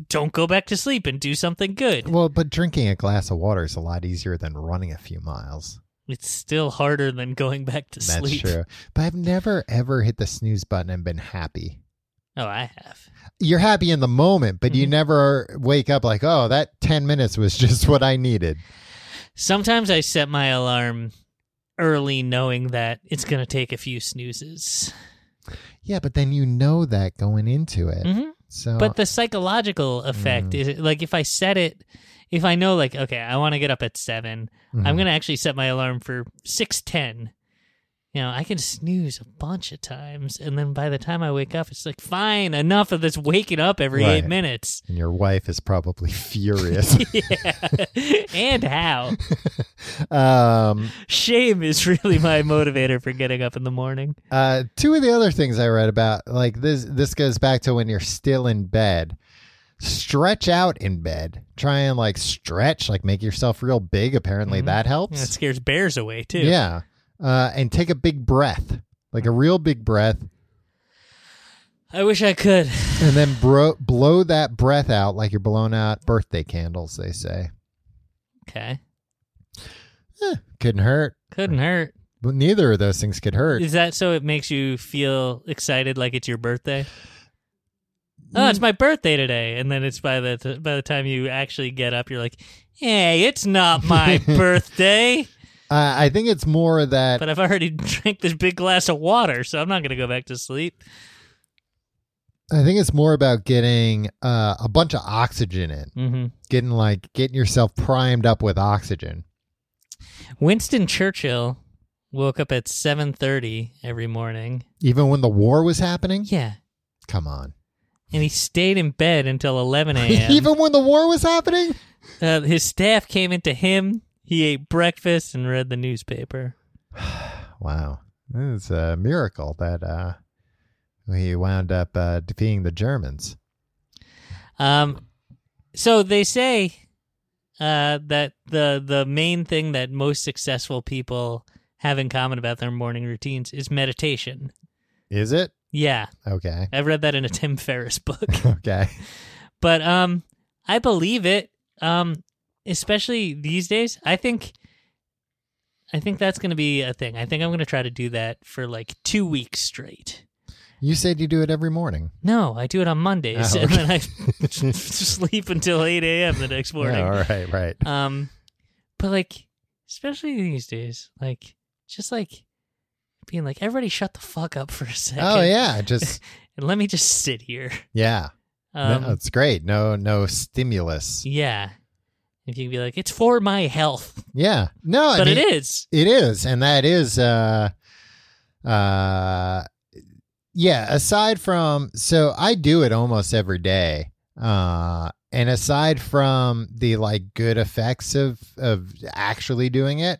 Speaker 2: don't go back to sleep and do something good.
Speaker 1: Well, but drinking a glass of water is a lot easier than running a few miles.
Speaker 2: It's still harder than going back to
Speaker 1: That's
Speaker 2: sleep.
Speaker 1: true. But I've never ever hit the snooze button and been happy.
Speaker 2: Oh, I have.
Speaker 1: You're happy in the moment, but you
Speaker 2: Mm-hmm.
Speaker 1: never wake up like, oh, that 10 minutes was [laughs] just what I needed.
Speaker 2: Sometimes I set my alarm early knowing that it's going to take a few snoozes.
Speaker 1: Yeah, but then you know that going into it.
Speaker 2: Mhm.
Speaker 1: So,
Speaker 2: But the psychological
Speaker 1: Mm.
Speaker 2: effect is like if I set it, if I know like okay, I want to get up at 7 i
Speaker 1: Mm-hmm.
Speaker 2: I'm gonna actually set my alarm for six ten. You know, I can snooze a bunch of times, and then by the time I wake up, it's like fine, enough of this waking up every
Speaker 1: Right.
Speaker 2: eight minutes.
Speaker 1: [laughs]
Speaker 2: [laughs]
Speaker 1: and your wife is probably [laughs] furious.
Speaker 2: and how
Speaker 1: um,
Speaker 2: shame is really my motivator for getting up in the morning.
Speaker 1: uh, two of the other things I read about, like this, this goes back to when you're still in bed. Stretch out in bed. Try and like stretch, like make yourself real big. Apparently that helps.
Speaker 2: That scares bears away Mm-hmm. too.
Speaker 1: Yeah. Uh, and take a big breath, like a real big breath,
Speaker 2: I wish I could.
Speaker 1: and then bro- blow that breath out like you're blowing out birthday candles, they say. Eh,
Speaker 2: Okay.
Speaker 1: Couldn't hurt.
Speaker 2: Couldn't hurt.
Speaker 1: But neither of those things could hurt.
Speaker 2: Is that so it makes you feel excited like it's your birthday? Oh, it's my birthday today. And then it's by the by the time you actually get up you're like, "Hey, it's not [laughs] my birthday,
Speaker 1: Uh, I think it's more that
Speaker 2: but I've already drank this big glass of water, so I'm not going to go back to sleep."
Speaker 1: I think it's more about getting uh, a bunch of oxygen in.
Speaker 2: Mhm.
Speaker 1: getting like getting yourself primed up with oxygen.
Speaker 2: Winston Churchill woke up at 7:30 every morning.
Speaker 1: Even when the war was happening,
Speaker 2: Yeah.
Speaker 1: come on.
Speaker 2: And he stayed in bed until [laughs] 11
Speaker 1: [laughs]
Speaker 2: a.m.
Speaker 1: Even when the war was happening,
Speaker 2: Uh, his staff came into him. He ate breakfast and read the newspaper.
Speaker 1: wow, it's a miracle that uh, we wound up uh, defeating the Germans.
Speaker 2: Um, so they say uh, that the the main thing that most successful people have in common about their morning routines is meditation.
Speaker 1: Is it
Speaker 2: Yeah, [laughs]
Speaker 1: okay?
Speaker 2: I read that in a Tim Ferriss book, [laughs]
Speaker 1: Okay,
Speaker 2: but um, I believe it. Um, especially these days, I think. I think that's going to be a thing. I think I'm going to try to do that for like two weeks straight.
Speaker 1: you said you do it every morning.
Speaker 2: No, I do it on Mondays,
Speaker 1: Oh,
Speaker 2: and
Speaker 1: okay.
Speaker 2: then I [laughs] sleep until eight a.m. the next morning.
Speaker 1: Yeah, Oh, all right,
Speaker 2: [laughs]
Speaker 1: right.
Speaker 2: Um, but like, especially these days, like, just like being like, everybody, shut the fuck up for a second.
Speaker 1: Oh yeah, just
Speaker 2: and let me just sit here.
Speaker 1: yeah.
Speaker 2: [laughs] Um,
Speaker 1: no, it's great. No, no stimulus.
Speaker 2: Yeah. If you can be like, it's for my health,
Speaker 1: Yeah. No, I
Speaker 2: but
Speaker 1: mean,
Speaker 2: it is.
Speaker 1: It is, and that is uh uh yeah, aside from so I do it almost every day. Uh and aside from the like good effects of of actually doing it,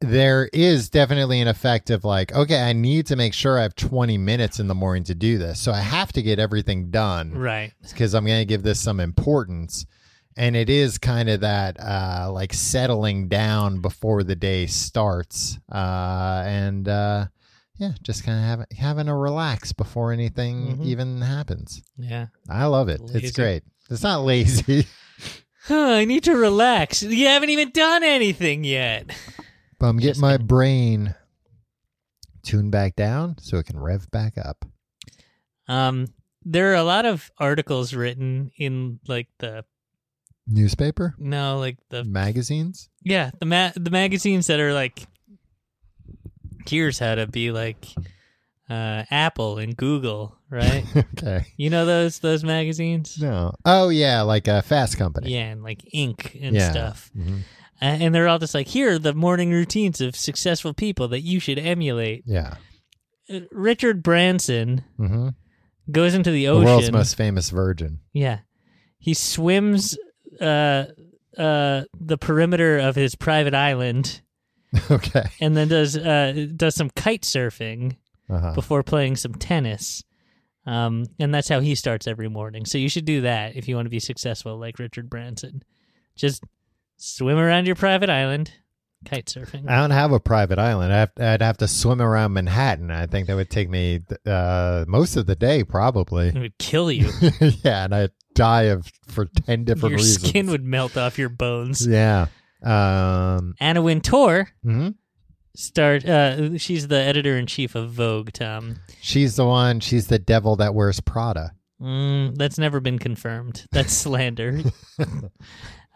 Speaker 1: there is definitely an effect of like, okay, I need to make sure I have 20 minutes in the morning to do this. So I have to get everything done
Speaker 2: Right.
Speaker 1: because I'm going to give this some importance. And it is kind of that uh, like settling down before the day starts, uh, and uh, yeah, just kind of having having a relax before anything
Speaker 2: Mhm.
Speaker 1: even happens. [laughs]
Speaker 2: Yeah.
Speaker 1: I love it.
Speaker 2: Lazy.
Speaker 1: It's great. It's not
Speaker 2: [laughs]
Speaker 1: lazy.
Speaker 2: Huh, I need to relax. You haven't even done anything yet.
Speaker 1: but I'm getting my brain tuned back down so it can rev back up.
Speaker 2: Um, there are a lot of articles written in like the
Speaker 1: Newspaper,
Speaker 2: no, like the [laughs]
Speaker 1: magazines.
Speaker 2: Yeah, the ma- the magazines that are like here's how to be like uh, Apple and Google, right?
Speaker 1: okay.
Speaker 2: you know those those magazines?
Speaker 1: No. Oh yeah, like a fast company.
Speaker 2: Yeah, and like Inc. and
Speaker 1: Yeah.
Speaker 2: stuff.
Speaker 1: Mhm.
Speaker 2: A- And they're all just like, here are the morning routines of successful people that you should emulate.
Speaker 1: Yeah.
Speaker 2: Uh, Richard Branson
Speaker 1: Mm-hmm.
Speaker 2: goes into the
Speaker 1: The
Speaker 2: ocean.
Speaker 1: world's most famous
Speaker 2: [laughs]
Speaker 1: virgin.
Speaker 2: Yeah. He swims uh, uh, the perimeter of his private island
Speaker 1: okay.
Speaker 2: and then does uh, does some kite surfing.
Speaker 1: Uh-huh.
Speaker 2: before playing some tennis. Um, and that's how he starts every morning. So you should do that if you want to be successful, like Richard Branson. Just swim around your private island, kite surfing.
Speaker 1: I don't have a private island. I have, I'd have to swim around Manhattan. I think that would take me uh, most of the day, probably.
Speaker 2: it would kill you.
Speaker 1: [laughs] yeah, and I'd die of for ten
Speaker 2: your
Speaker 1: different reasons.
Speaker 2: skin would melt off your bones.
Speaker 1: Yeah. Um.
Speaker 2: Anna Wintour
Speaker 1: mhm.
Speaker 2: start. Uh, she's the editor in chief of Vogue. Tom.
Speaker 1: She's the one. She's the devil that wears
Speaker 2: [laughs]
Speaker 1: Prada.
Speaker 2: Mm, that's never been confirmed.
Speaker 1: [laughs]
Speaker 2: That's slander.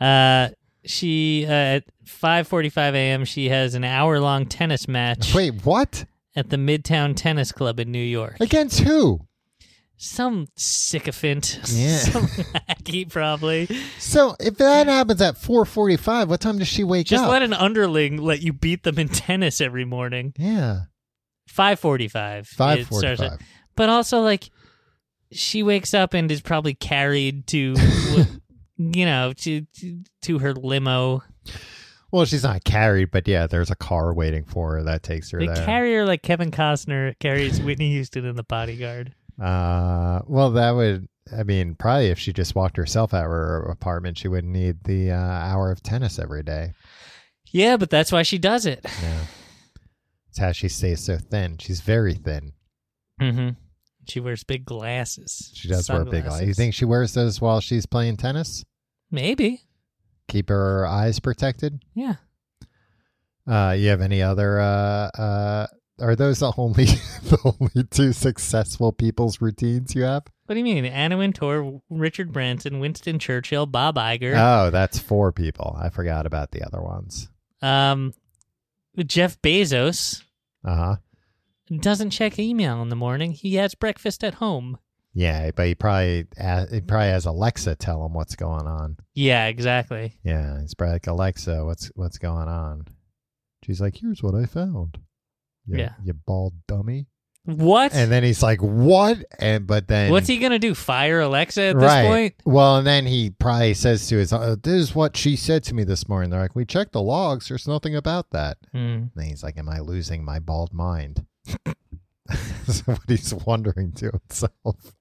Speaker 2: uh, she uh, at 5:45 a.m. She has an hour-long tennis match.
Speaker 1: Wait, what?
Speaker 2: at the Midtown Tennis Club in New York.
Speaker 1: Against who?
Speaker 2: Some sycophant,
Speaker 1: Yeah.
Speaker 2: [laughs] some lackey, probably.
Speaker 1: So if that happens at four forty-five, what time does she wake
Speaker 2: Just
Speaker 1: up?
Speaker 2: let an underling let you beat them in tennis every morning.
Speaker 1: yeah,
Speaker 2: Five forty-five.
Speaker 1: five
Speaker 2: it starts at-
Speaker 1: forty-five.
Speaker 2: But also, like, she wakes up and is probably
Speaker 1: [laughs]
Speaker 2: carried to, w- you know, to to- to her limo.
Speaker 1: Well, she's not carried, but yeah, there's a car waiting for her that takes her
Speaker 2: They
Speaker 1: there.
Speaker 2: carry her like Kevin Costner
Speaker 1: [laughs]
Speaker 2: carries Whitney Houston in The Bodyguard.
Speaker 1: Uh, well, that would. I mean, probably if she just walked herself out of her apartment, she wouldn't need the uh, hour of tennis every day.
Speaker 2: Yeah, but that's why she does it.
Speaker 1: Yeah, it's how she stays so thin. She's very thin.
Speaker 2: hmm She wears big glasses.
Speaker 1: Mm-hmm. She does wear big eyes. You
Speaker 2: Sunglasses.
Speaker 1: think she wears those while she's playing tennis?
Speaker 2: Maybe.
Speaker 1: Keep her eyes protected.
Speaker 2: Yeah.
Speaker 1: Uh, you have any other? Uh, uh, are those the only [laughs] the only two successful people's routines you have?
Speaker 2: What do you mean? Anna Wintour, Richard Branson, Winston Churchill, Bob Iger,
Speaker 1: Oh, that's four people. I forgot about the other ones.
Speaker 2: um, Jeff Bezos
Speaker 1: Uh huh.
Speaker 2: doesn't check email in the morning. He has breakfast at home.
Speaker 1: Yeah, but he probably uh, he probably has Alexa tell him what's going on.
Speaker 2: Yeah, exactly.
Speaker 1: Yeah, he's probably like Alexa, what's what's going on? She's like, here's what I found. You,
Speaker 2: Yeah.
Speaker 1: you bald dummy.
Speaker 2: What?
Speaker 1: And then he's like, what? And but then
Speaker 2: What's he gonna do? Fire Alexa at
Speaker 1: right?
Speaker 2: this point?
Speaker 1: Well, and then he probably says to his, uh, this is what she said to me this morning. They're like, we checked the logs. There's nothing about that.
Speaker 2: Hmm.
Speaker 1: And then he's like, am I losing my bald mind? [laughs] That's what he's wondering to himself.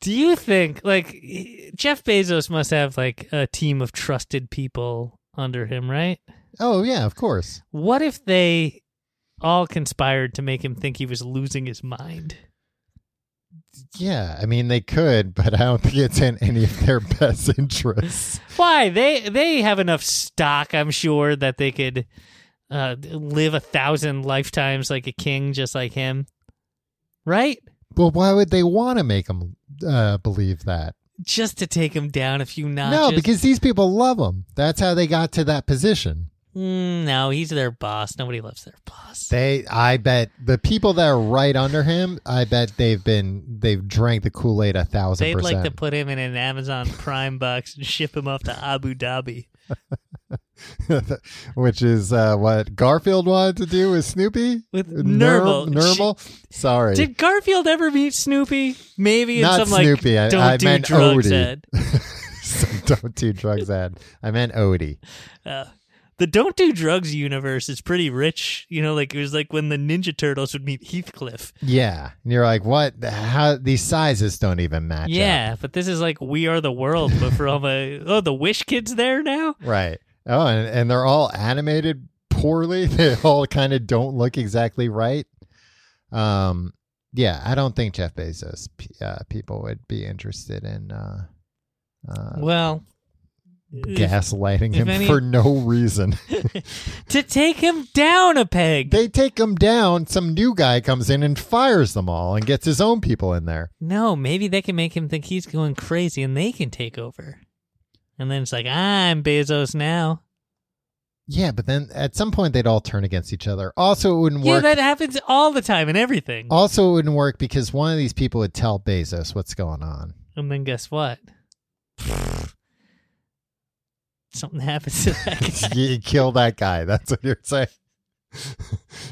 Speaker 2: Do you think like he- Jeff Bezos must have like a team of trusted people under him, right?
Speaker 1: Oh yeah, of course.
Speaker 2: What if they all conspired to make him think he was losing his mind?
Speaker 1: Yeah, I mean they could, but I don't think it's in any of their [laughs] best interests.
Speaker 2: Why they they have enough stock, I'm sure, that they could uh, live a thousand lifetimes like a king, just like him, right?
Speaker 1: Well, why would they want to make them uh, believe that?
Speaker 2: Just to take him down a few notches.
Speaker 1: no, because these people love them. That's how they got to that position.
Speaker 2: Mm, no, he's their boss. Nobody loves their boss.
Speaker 1: They, I bet the people that are right under him, I bet they've been, they've drank the Kool Aid a thousand
Speaker 2: They'd
Speaker 1: percent.
Speaker 2: like to put him in an Amazon Prime box and ship him off to Abu Dhabi.
Speaker 1: [laughs] which is uh, what Garfield wanted to do with Snoopy
Speaker 2: With
Speaker 1: Ner-
Speaker 2: Nurble.
Speaker 1: Nurble? sorry,
Speaker 2: Did Garfield ever meet Snoopy? Maybe in
Speaker 1: Not
Speaker 2: some
Speaker 1: Snoopy, I-
Speaker 2: like don't
Speaker 1: I
Speaker 2: do
Speaker 1: meant
Speaker 2: drugs
Speaker 1: Odie.
Speaker 2: ad.
Speaker 1: So [laughs] don't do drugs, ad. I meant Odie.
Speaker 2: The don't do drugs universe is pretty rich. You know, like it was like when the Ninja Turtles would meet Heathcliff.
Speaker 1: Yeah, and you're like, what? How these sizes don't even match? up.
Speaker 2: Yeah, but this is like We Are the World, but for
Speaker 1: [laughs]
Speaker 2: all the oh the Wish kids there now.
Speaker 1: right. Oh, and, and they're all animated poorly. [laughs] They all kind of don't look exactly right. Um, yeah, I don't think Jeff Bezos p- uh, people would be interested in uh, uh,
Speaker 2: Well,
Speaker 1: gaslighting
Speaker 2: if
Speaker 1: him
Speaker 2: any-
Speaker 1: for no reason.
Speaker 2: [laughs] uh, to take him down a peg.
Speaker 1: they take him down. Some new guy comes in and fires them all and gets his own people in there.
Speaker 2: No, maybe they can make him think he's going crazy and they can take over. And then it's like, I'm Bezos now.
Speaker 1: Yeah, but then at some point they'd all turn against each other. Also, it wouldn't
Speaker 2: Yeah,
Speaker 1: work.
Speaker 2: that happens all the time and everything.
Speaker 1: also, it wouldn't work because one of these people would tell Bezos what's going
Speaker 2: [laughs]
Speaker 1: on.
Speaker 2: and then guess what? [laughs] Something happens to that guy. [laughs]
Speaker 1: you kill that guy. That's what you're saying. [laughs]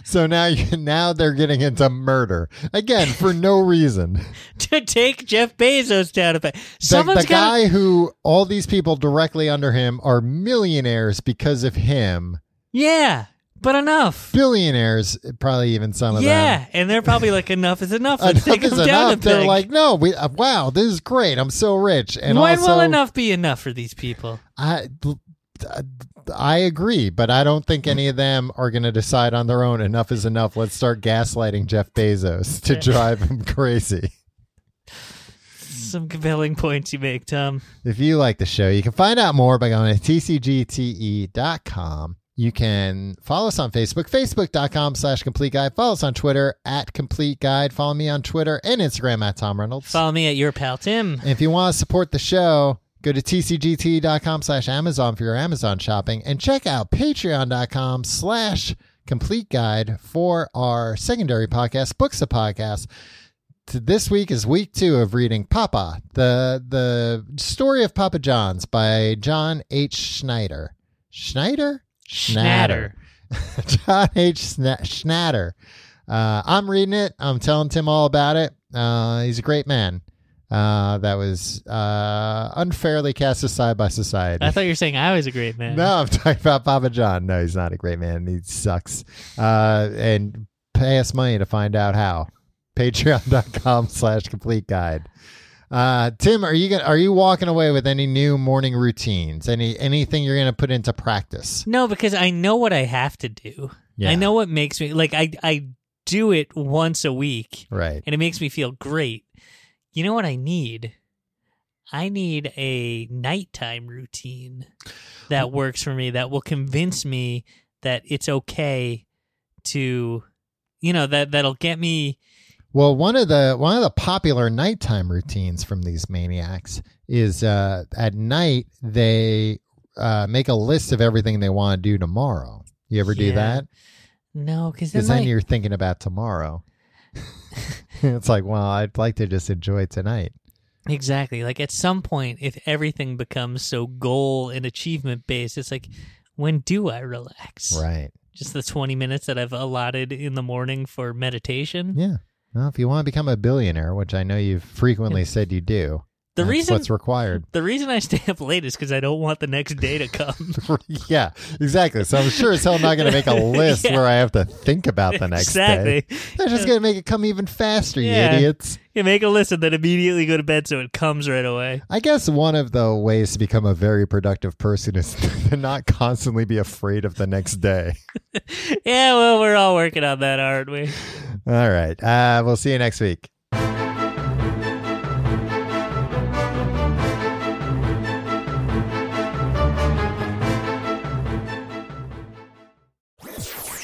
Speaker 1: so now, you, now they're getting into murder again for no reason.
Speaker 2: to take Jeff Bezos down a peg.
Speaker 1: The,
Speaker 2: Someone's
Speaker 1: the
Speaker 2: got
Speaker 1: guy who all these people directly under him are millionaires because of him.
Speaker 2: Yeah, but enough.
Speaker 1: Billionaires, probably even some of them.
Speaker 2: Yeah, and they're probably like, enough is enough.
Speaker 1: [laughs]
Speaker 2: Let's
Speaker 1: enough
Speaker 2: take him
Speaker 1: is
Speaker 2: down a
Speaker 1: enough.
Speaker 2: peg.
Speaker 1: They're like, no, we, uh, wow, this is great. I'm so rich. And
Speaker 2: when
Speaker 1: also,
Speaker 2: will enough be enough for these people?
Speaker 1: I, I agree, but I don't think any of them are going to decide on their own. Enough is enough. Let's start gaslighting Jeff Bezos to drive him [laughs] crazy.
Speaker 2: Some compelling points you make, Tom.
Speaker 1: If you like the show, you can find out more by going to tcgte.com. E You can follow us on Facebook, facebook.com slash complete guide. Follow us on Twitter at complete guide. Follow me on Twitter and Instagram at Tom Reynolds.
Speaker 2: Follow me at your pal Tim.
Speaker 1: And if you want to support the show, go to tcgt.com slash Amazon for your Amazon shopping and check out patreon.com slash complete guide for our secondary podcast, Books a Podcast. T- This week is week two of reading Papa, the the story of Papa John's by John H. Schneider. Schneider? Schnatter. [laughs] John H. Sna- Schnatter. Uh, I'm reading it. I'm telling Tim all about it. Uh, he's a great man. Uh, that was uh, unfairly cast aside by society.
Speaker 2: I thought you were saying I was a great man.
Speaker 1: No, I'm [laughs] talking about Papa John. No, he's not a great man. He sucks. Uh, and pay us money to find out how. Patreon.com [laughs] slash complete guide. Uh, Tim, are you gonna, are you walking away with any new morning routines? Any anything you're gonna put into practice?
Speaker 2: No, because I know what I have to do.
Speaker 1: Yeah.
Speaker 2: I know what makes me like I I do it once a week
Speaker 1: Right.
Speaker 2: and it makes me feel great. You know what I need? I need a nighttime routine
Speaker 1: Mm.
Speaker 2: that works for me that will convince me that it's okay to you know that that'll get me
Speaker 1: Well, one of the one of the popular nighttime routines from these maniacs is uh, at night they uh, make a list of everything they want to do tomorrow. You ever do
Speaker 2: Yeah.
Speaker 1: that?
Speaker 2: no because
Speaker 1: Because
Speaker 2: then,
Speaker 1: then
Speaker 2: like-
Speaker 1: you're thinking about
Speaker 2: [laughs]
Speaker 1: tomorrow. [laughs] it's like, well, I'd like to just enjoy tonight.
Speaker 2: Exactly. Like at some point, if everything becomes so goal and achievement based, it's like, when do I relax?
Speaker 1: Right.
Speaker 2: Just the 20 minutes that I've allotted in the morning for meditation.
Speaker 1: Yeah. Well, if you want to become a billionaire, which I know you've frequently said you do,
Speaker 2: The
Speaker 1: that's
Speaker 2: reason-
Speaker 1: what's required. [laughs]
Speaker 2: The reason I stay up late is because I don't want the next day to come.
Speaker 1: yeah, exactly. So I'm sure as hell not going to
Speaker 2: [laughs]
Speaker 1: make a list
Speaker 2: Yeah.
Speaker 1: where I have to think about [laughs] the next
Speaker 2: exactly.
Speaker 1: day. They're just going to make it come even faster,
Speaker 2: Yeah.
Speaker 1: you idiots.
Speaker 2: You make a list and then immediately go to bed so it comes right away. [laughs]
Speaker 1: I guess one of the ways to become a very productive person is [laughs] to not constantly be afraid of the next day. [laughs]
Speaker 2: Yeah, well, we're all working on that, aren't we?
Speaker 1: All right. Uh, we'll see you next week.